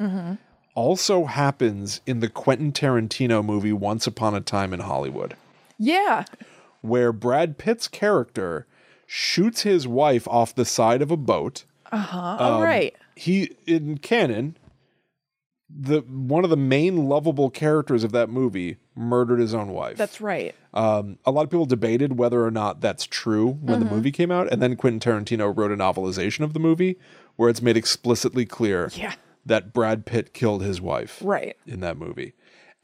B: also happens in the Quentin Tarantino movie Once Upon a Time in Hollywood,
A: Yeah.
B: where Brad Pitt's character shoots his wife off the side of a boat.
A: Uh,
B: Um,
A: all right.
B: He in canon, the one of the main lovable characters of that movie murdered his own wife.
A: That's right.
B: Um, a lot of people debated whether or not that's true when
A: Mm-hmm.
B: the movie came out, and then Quentin Tarantino wrote a novelization of the movie where it's made explicitly clear
A: Yeah.
B: that Brad Pitt killed his wife
A: Right.
B: in that movie,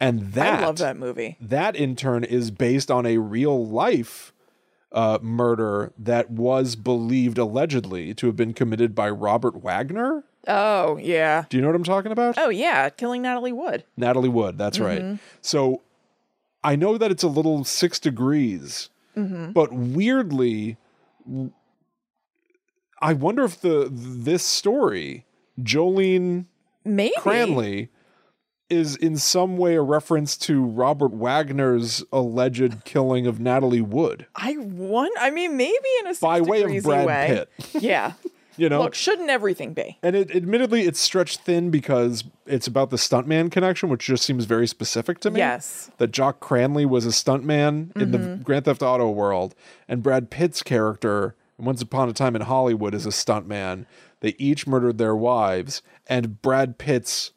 B: and that
A: I love that movie.
B: that in turn is based on a real life uh, murder that was believed allegedly to have been committed by Robert Wagner.
A: Oh, yeah.
B: Do you know what I'm talking about?
A: Oh, yeah. Killing Natalie Wood.
B: Natalie Wood. That's
A: Mm-hmm.
B: right. So I know that it's a little six degrees,
A: Mm-hmm.
B: but weirdly, w- I wonder if the this story, Jolene
A: Maybe.
B: Cranley, is in some way a reference to Robert Wagner's alleged killing of Natalie Wood
A: I won. I mean, maybe in a
B: by way of
A: 60
B: Brad
A: way.
B: Pitt.
A: Yeah.
B: You know,
A: Look, shouldn't everything be?
B: And it admittedly it's stretched thin because it's about the stuntman connection, which just seems very specific to me.
A: Yes. Mm-hmm.
B: That Jock Cranley was a stuntman in the Grand Theft Auto world, and Brad Pitt's character, once upon a time in Hollywood, is a stuntman. They each murdered their wives, and Brad Pitt's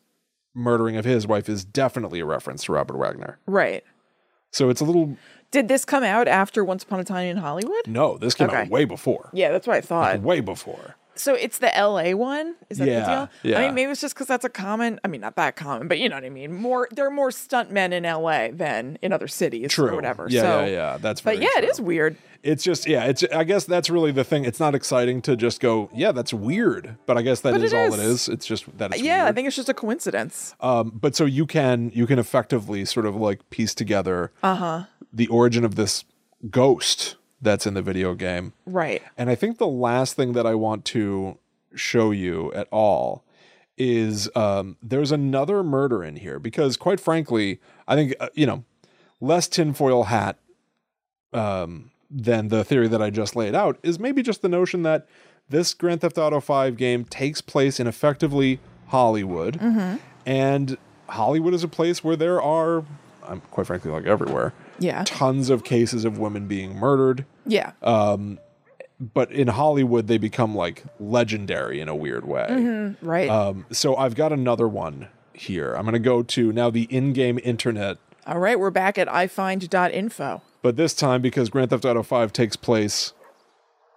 B: murdering of his wife is definitely a reference to Robert Wagner.
A: Right.
B: So it's a little
A: Did this come out after Once Upon a Time in Hollywood?
B: no, this came
A: Okay.
B: out way before.
A: Yeah, that's what I thought.
B: Way before.
A: So it's the LA one? Is that
B: Yeah,
A: the deal? I
B: yeah.
A: mean, maybe it's just because that's a common, I mean, not that common, but you know what I mean. More, there are more stuntmen in LA than in other cities
B: True.
A: or whatever.
B: Yeah,
A: so,
B: yeah, yeah. That's
A: But
B: very
A: yeah, it
B: true.
A: is weird.
B: it's just yeah it's i guess that's really the thing it's not exciting to just go yeah that's weird but i guess that is
A: it
B: all it
A: is.
B: is it's just that it's
A: yeah, I
B: weird.
A: think it's just a coincidence.
B: um but so you can you can effectively sort of like piece together uh-huh the origin of this ghost that's in the video game
A: right.
B: and i think the last thing that i want to show you at all is um there's another murder in here because quite frankly i think uh, you know less tinfoil hat um, than the theory that I just laid out is maybe just the notion that this Grand Theft Auto 5 game takes place in effectively Hollywood. And Hollywood is a place where there are, I'm quite frankly, like everywhere,
A: Yeah.
B: tons of cases of women being murdered.
A: Yeah.
B: uh, But in Hollywood, they become like legendary in a weird way.
A: right.
B: Um, so I've got another one here. I'm going to go to now the in game internet
A: All right, we're back at ifind.info.
B: But this time, because Grand Theft Auto 5 takes place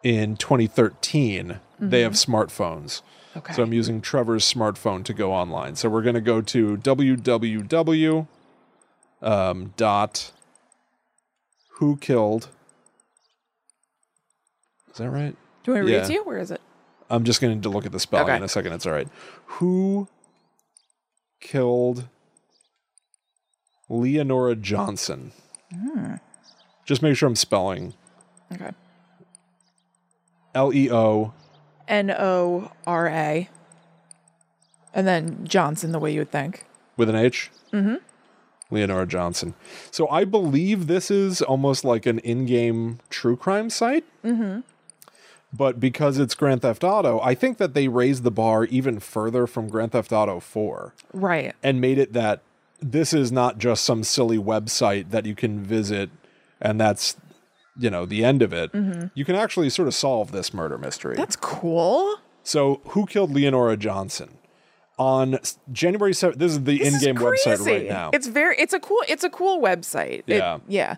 B: in 2013, they have smartphones.
A: Okay.
B: So I'm using Trevor's smartphone to go online. So we're going to go to www. Um, dot who killed. Is that right?
A: Do I read
B: Yeah.
A: it to you? Where is it?
B: I'm just going to look at the spelling
A: Okay.
B: in a second. It's all right. Who killed Leonora Johnson? Hmm. Just make sure I'm spelling
A: Okay.
B: L E O.
A: N O R A. And then Johnson, the way you would think.
B: with an H. Mm-hmm. Leonora Johnson. So I believe this is almost like an in-game true crime site. Mm-hmm. But because it's Grand Theft Auto, I think that they raised the bar even further from Grand Theft Auto 4
A: Right.
B: and made it that this is not just some silly website that you can visit and that's you know the end of it.
A: Mm-hmm.
B: You can actually sort of solve this murder mystery.
A: That's cool.
B: So, who killed Leonora Johnson? On s- January 7th, this is the
A: This
B: in
A: is
B: game website right
A: crazy.
B: now.
A: It's very it's a cool it's a cool website. It-
B: Yeah.
A: yeah.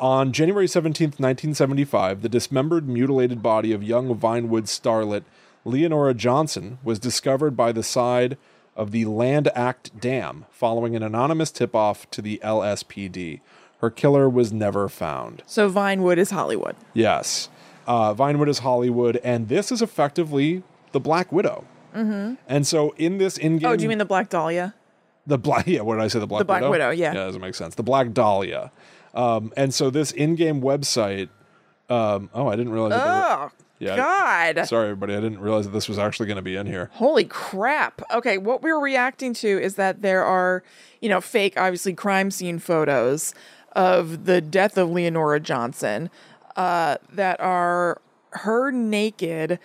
B: On January 17th, 1975, the dismembered, mutilated body of young Vinewood starlet Leonora Johnson was discovered by the side of the Land Act Dam following an anonymous tip off to the LSPD. Her killer was never found.
A: So Vinewood is Hollywood.
B: Yes. Uh, Vinewood is Hollywood, and this is effectively the Black Widow. And so in this in-game,
A: Mm-hmm. Oh, do you mean the Black Dahlia?
B: the black? [LAUGHS] Yeah, what did I say? The black.
A: Black Widow, yeah.
B: yeah, doesn't make sense. The Black Dahlia. Um, and so this in-game website. Um, oh, I didn't realize. that they were-
A: Oh,
B: Yeah.
A: God.
B: Sorry, everybody. I didn't realize that this was actually going to be in here.
A: Holy crap. Okay, what we're reacting to is that there are, you know, fake, obviously, crime scene photos of the death of Leonora Johnson uh, that are her naked,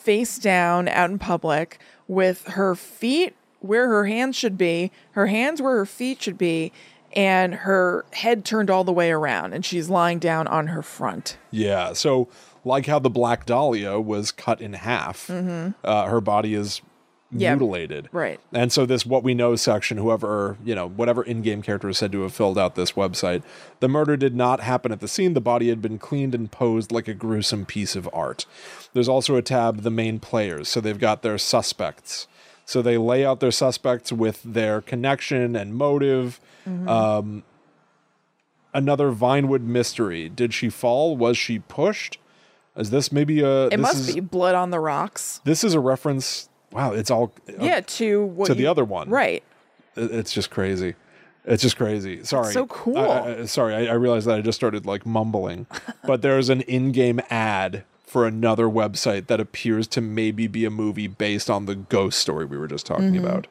A: face down out in public with her feet where her hands should be, her hands where her feet should be, and her head turned all the way around, and she's lying down on her front.
B: Yeah. So, like how the Black Dahlia was cut in half, uh, her body is
A: Yeah.
B: mutilated.
A: Right.
B: And so, this what we know section, whoever, you know, whatever in game character is said to have filled out this website, the murder did not happen at the scene. The body had been cleaned and posed like a gruesome piece of art. There's also a tab, the main players. So, they've got their suspects. So, they lay out their suspects with their connection and motive another Vinewood mystery. Did she fall? Was she pushed? Is this maybe a?
A: It
B: this
A: must
B: is,
A: be blood on the rocks.
B: This is a reference. Wow, it's all. uh,
A: yeah, to what
B: Oh. to the
A: you-
B: other one.
A: Right.
B: it- It's just crazy. It's just crazy. Sorry.
A: so cool.
B: I- I, I- sorry, I, I realized that I just started
A: [LAUGHS]
B: like mumbling. but there's an in-game ad for another website that appears to maybe be a movie based on the ghost story we were just talking about.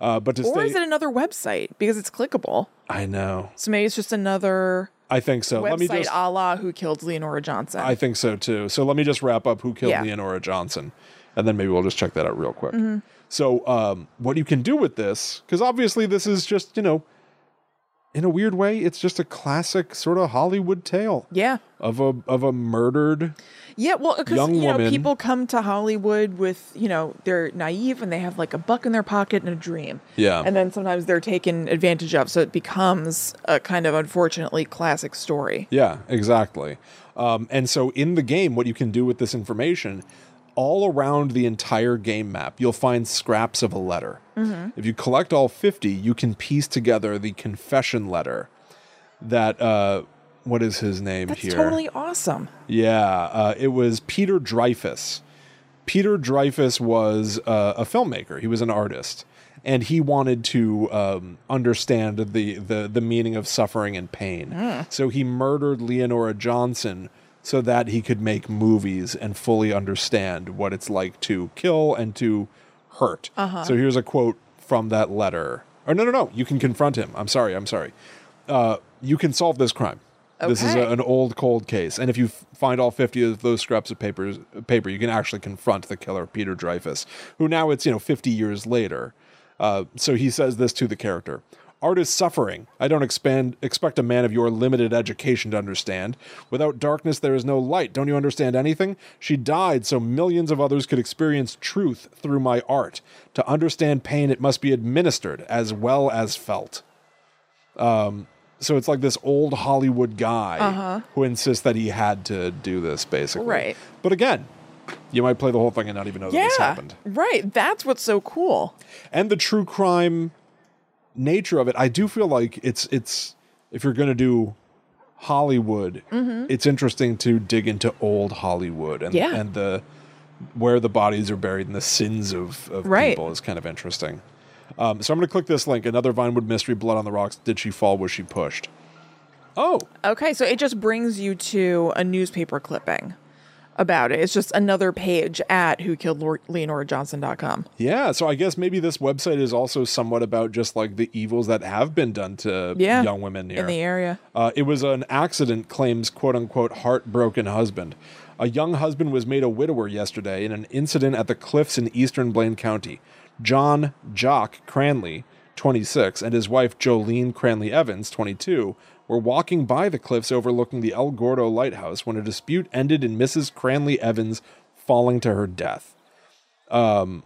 B: Uh, but to
A: Mm-hmm. Or
B: stay,
A: is it another website? Because it's clickable.
B: I know.
A: So maybe it's just another
B: I think so. Let me
A: website
B: just.
A: a la Who Killed Leonora Johnson.
B: I think so too. So let me just wrap up who killed
A: Yeah.
B: Leonora Johnson, and then maybe we'll just check that out real quick. So, um, what you can do with this, because obviously this is just, you know, in a weird way, it's just a classic sort of Hollywood tale
A: yeah.
B: of a of a murdered.
A: Yeah, well, because
B: Young
A: you know,
B: woman.
A: people come to Hollywood with you know they're naive and they have like a buck in their pocket and a dream.
B: Yeah.
A: and then sometimes they're taken advantage of, so it becomes a kind of unfortunately classic story.
B: Yeah, exactly. Um, and so in the game, what you can do with this information, all around the entire game map, you'll find scraps of a letter.
A: Mm-hmm.
B: If you collect all 50, you can piece together the confession letter that, uh, what is his name
A: That's
B: here?
A: totally awesome.
B: Yeah, uh, it was Peter Dreyfus. Peter Dreyfus was uh, a filmmaker. He was an artist, and he wanted to um, understand the, the the meaning of suffering and pain. So he murdered Leonora Johnson so that he could make movies and fully understand what it's like to kill and to hurt. So here's a quote from that letter. Or no, no, no. You can confront him. I'm sorry. I'm sorry. Uh, you can solve this crime. This is a,
A: Okay.
B: an old cold case, and if you f- find all fifty of those scraps of papers, paper, you can actually confront the killer, Peter Dreyfus, who now it's you know fifty years later. Uh, so he says this to the character: "Art is suffering. I don't expand expect a man of your limited education to understand. Without darkness, there is no light. Don't you understand anything? She died so millions of others could experience truth through my art. To understand pain, it must be administered as well as felt." So it's like this old Hollywood guy who insists that he had to do this, basically.
A: Uh-huh. Right.
B: But again, you might play the whole thing and not even know that this
A: Yeah,
B: happened.
A: right. That's what's so cool.
B: And the true crime nature of it, I do feel like it's it's if you're gonna do Hollywood, it's interesting to dig into old Hollywood and
A: Mm-hmm. Yeah.
B: and the where the bodies are buried and the sins of, of
A: Right.
B: people is kind of interesting. Um, so I'm gonna click this link. Another Vinewood mystery, Blood on the Rocks. Did she fall? Was she pushed? Oh,
A: Okay, so it just brings you to a newspaper clipping about it. It's just another page at who killed leonorajohnson.com.
B: Yeah, so I guess maybe this website is also somewhat about just like the evils that have been done to
A: Yeah.
B: young women here.
A: in the area.
B: Uh, it was an accident, claims quote unquote heartbroken husband. A young husband was made a widower yesterday in an incident at the cliffs in eastern Blaine County. John Jock Cranley, 26, and his wife Jolene Cranley Evans, 22, were walking by the cliffs overlooking the El Gordo Lighthouse when a dispute ended in Mrs. Cranley Evans falling to her death. Um,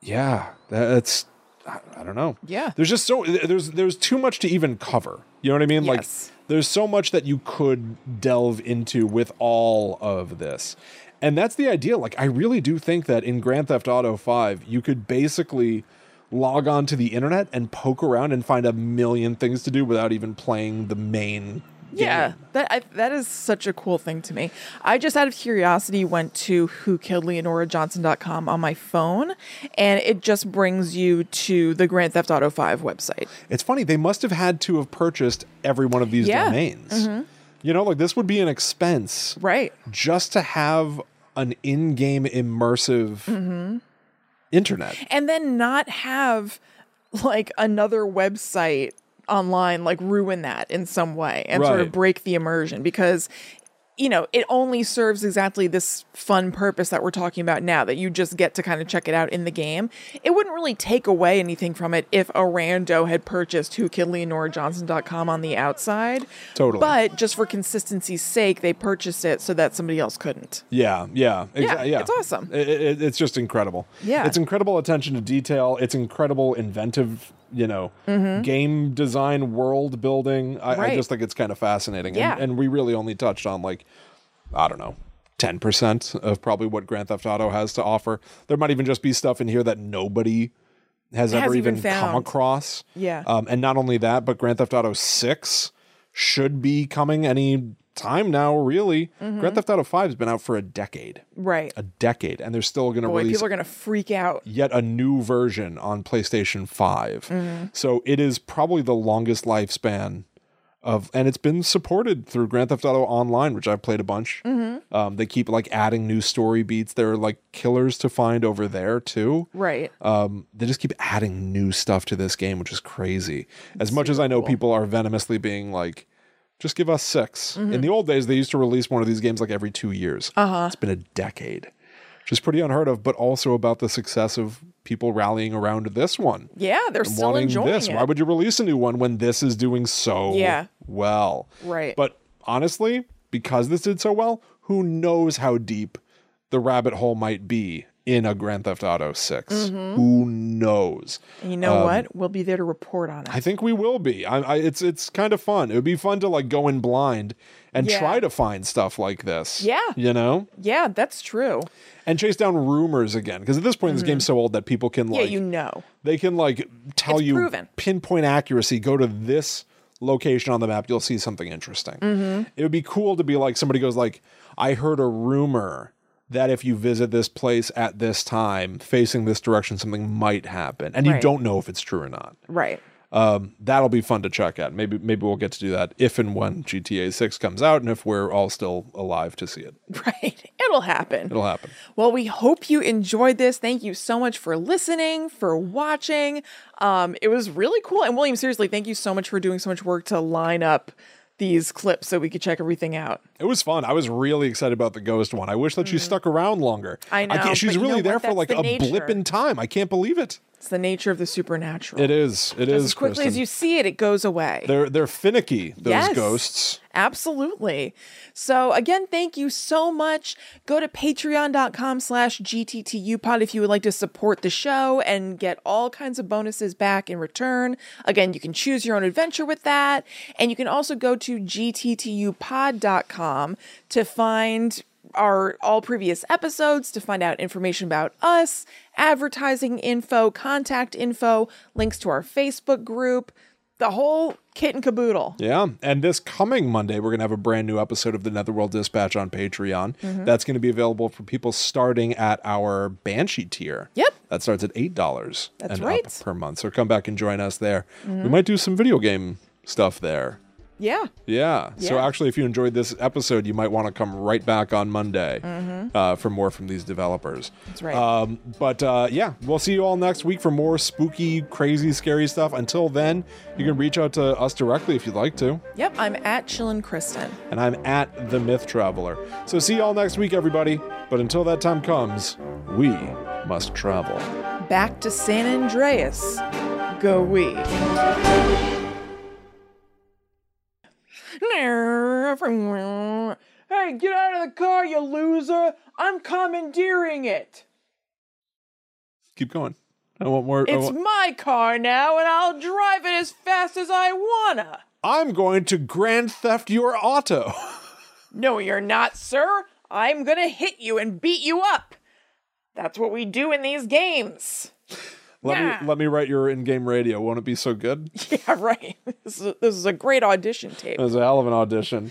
B: yeah, that's I, I don't know.
A: Yeah.
B: there's just so there's there's too much to even cover. You know what I mean?
A: Yes.
B: Like there's so much that you could delve into with all of this. And that's the idea. Like I really do think that in Grand Theft Auto 5, you could basically log on to the internet and poke around and find a million things to do without even playing the main
A: Yeah, that I, that is such a cool thing to me. I just out of curiosity went to who killed Leonora Johnson.com on my phone and it just brings you to the Grand Theft Auto 5 website.
B: It's funny, they must have had to have purchased every one of these
A: Yeah. Mm-hmm.
B: domains. You know, like this would be an expense
A: Right.
B: just to have an in game immersive
A: Mm-hmm.
B: internet.
A: And then not have like another website online like ruin that in some way and sort
B: Right.
A: of break the immersion because you know, it only serves exactly this fun purpose that we're talking about now that you just get to kind of check it out in the game. It wouldn't really take away anything from it if a rando had purchased who killed Leonora Johnson.com on the outside.
B: Totally.
A: But just for consistency's sake, they purchased it so that somebody else couldn't.
B: Yeah, yeah, exa-
A: Yeah, it's awesome.
B: I- I- it- it's just incredible.
A: Yeah.
B: it's incredible attention to detail. It's incredible inventive, you know, game design, world building. I, I
A: Mm-hmm. Right.
B: just think it's kind of fascinating.
A: Yeah.
B: And, and we really only touched on like, I don't know. 10% of probably what Grand Theft Auto has to offer. There might even just be stuff in here that nobody has ever
A: Hasn't
B: even,
A: even
B: come
A: found.
B: across.
A: Yeah.
B: Um, and not only that, but Grand Theft Auto 6 should be coming any time now, really.
A: Mm-hmm.
B: Grand Theft Auto 5 has been out for a decade.
A: Right.
B: A decade. And they're still going to
A: Boy,
B: release
A: people are going to freak out.
B: yet a new version on PlayStation 5.
A: Mm-hmm.
B: So it is probably the longest lifespan of, and it's been supported through Grand Theft Auto Online, which I've played a bunch.
A: Mm-hmm.
B: Um, they keep like adding new story beats. There are like killers to find over there too.
A: Right.
B: Um, they just keep adding new stuff to this game, which is crazy. As much as I know, people are venomously being like, just give us 6 In the old days, they used to release one of these games like every two years. Uh-huh. It's been a decade, which is pretty unheard of, but also about the success of people rallying around this one.
A: Yeah, they're still
B: wanting
A: enjoying
B: this.
A: it.
B: Why would you release a new one when this is doing so
A: Yeah.
B: well?
A: Right.
B: But honestly, because this did so well, who knows how deep the rabbit hole might be in a Grand Theft Auto 6?
A: Mm-hmm.
B: Who knows?
A: And you know what? We'll be there to report on it.
B: um, I think we will be. I, I it's it's kind of fun. It would be fun to like go in blind and
A: Yeah.
B: try to find stuff like this.
A: Yeah.
B: You know?
A: yeah, that's true.
B: And chase down rumors again because at this point this game's so old that people can
A: Mm-hmm. Yeah,
B: like
A: you know.
B: they can like tell
A: It's
B: you
A: proven.
B: pinpoint accuracy go to this location on the map you'll see something interesting
A: Mm-hmm.
B: it would be cool to be like somebody goes like i heard a rumor that if you visit this place at this time facing this direction something might happen and you
A: Right.
B: don't know if it's true or not
A: Right. [LAUGHS]
B: um, that'll be fun to check out maybe maybe we'll get to do that if and when gta 6 comes out and if we're all still alive to see it
A: Right. It'll happen.
B: it'll happen
A: Well, we hope you enjoyed this. Thank you so much for listening, for watching. Um, it was really cool. And William, seriously, thank you so much for doing so much work to line up these clips so we could check everything out.
B: It was fun. I was really excited about the ghost one. I wish that she stuck around longer.
A: Mm-hmm. I know,
B: can't- she's
A: but you know
B: really there
A: what?
B: for
A: That's
B: like
A: the
B: a blip
A: nature.
B: in time. I can't believe it.
A: It's the nature of the supernatural.
B: It is. It is.
A: as quickly
B: Kristen.
A: as you see it, it goes away.
B: They're they're finicky. Those
A: Yes.
B: ghosts.
A: Absolutely. So again, thank you so much. Go to patreon.com slash gttupod if you would like to support the show and get all kinds of bonuses back in return. Again, you can choose your own adventure with that. And you can also go to gttupod.com to find our all previous episodes to find out information about us, advertising info, contact info, links to our Facebook group, the whole kit and caboodle.
B: Yeah. And this coming Monday, we're gonna have a brand new episode of the Netherworld Dispatch on Patreon.
A: Mm-hmm.
B: That's gonna be available for people starting at our Banshee tier.
A: Yep.
B: That starts at eight dollars
A: That's
B: and
A: right. Mm-hmm.
B: up per month. So come back and join us there. We might do some video game stuff there.
A: Yeah.
B: Yeah. So
A: Yeah.
B: actually, if you enjoyed this episode, you might want to come right back on Monday uh, for more from these developers. That's
A: Mm-hmm. right.
B: Um, but uh, yeah, we'll see you all next week for more spooky, crazy, scary stuff. Until then, you can reach out to us directly if you'd like to.
A: Yep, I'm at Chillin' Kristen.
B: And I'm at The Myth Traveler. So see you all next week, everybody. But until that time comes, we must travel.
A: Back to San Andreas. Go we. Hey, get out of the car, you loser! I'm commandeering it!
B: Keep going. I want more. I
A: It's
B: want-
A: my car now, and I'll drive it as fast as I wanna!
B: I'm going to Grand Theft Your Auto. [LAUGHS]
A: No, you're not, sir! I'm gonna hit you and beat you up! That's what we do in these games! [LAUGHS]
B: Let
A: Yeah.
B: me let me write your in-game radio. Won't it be so good?
A: [LAUGHS] Yeah, right. This is, this is a great audition tape.
B: It was a hell of an audition.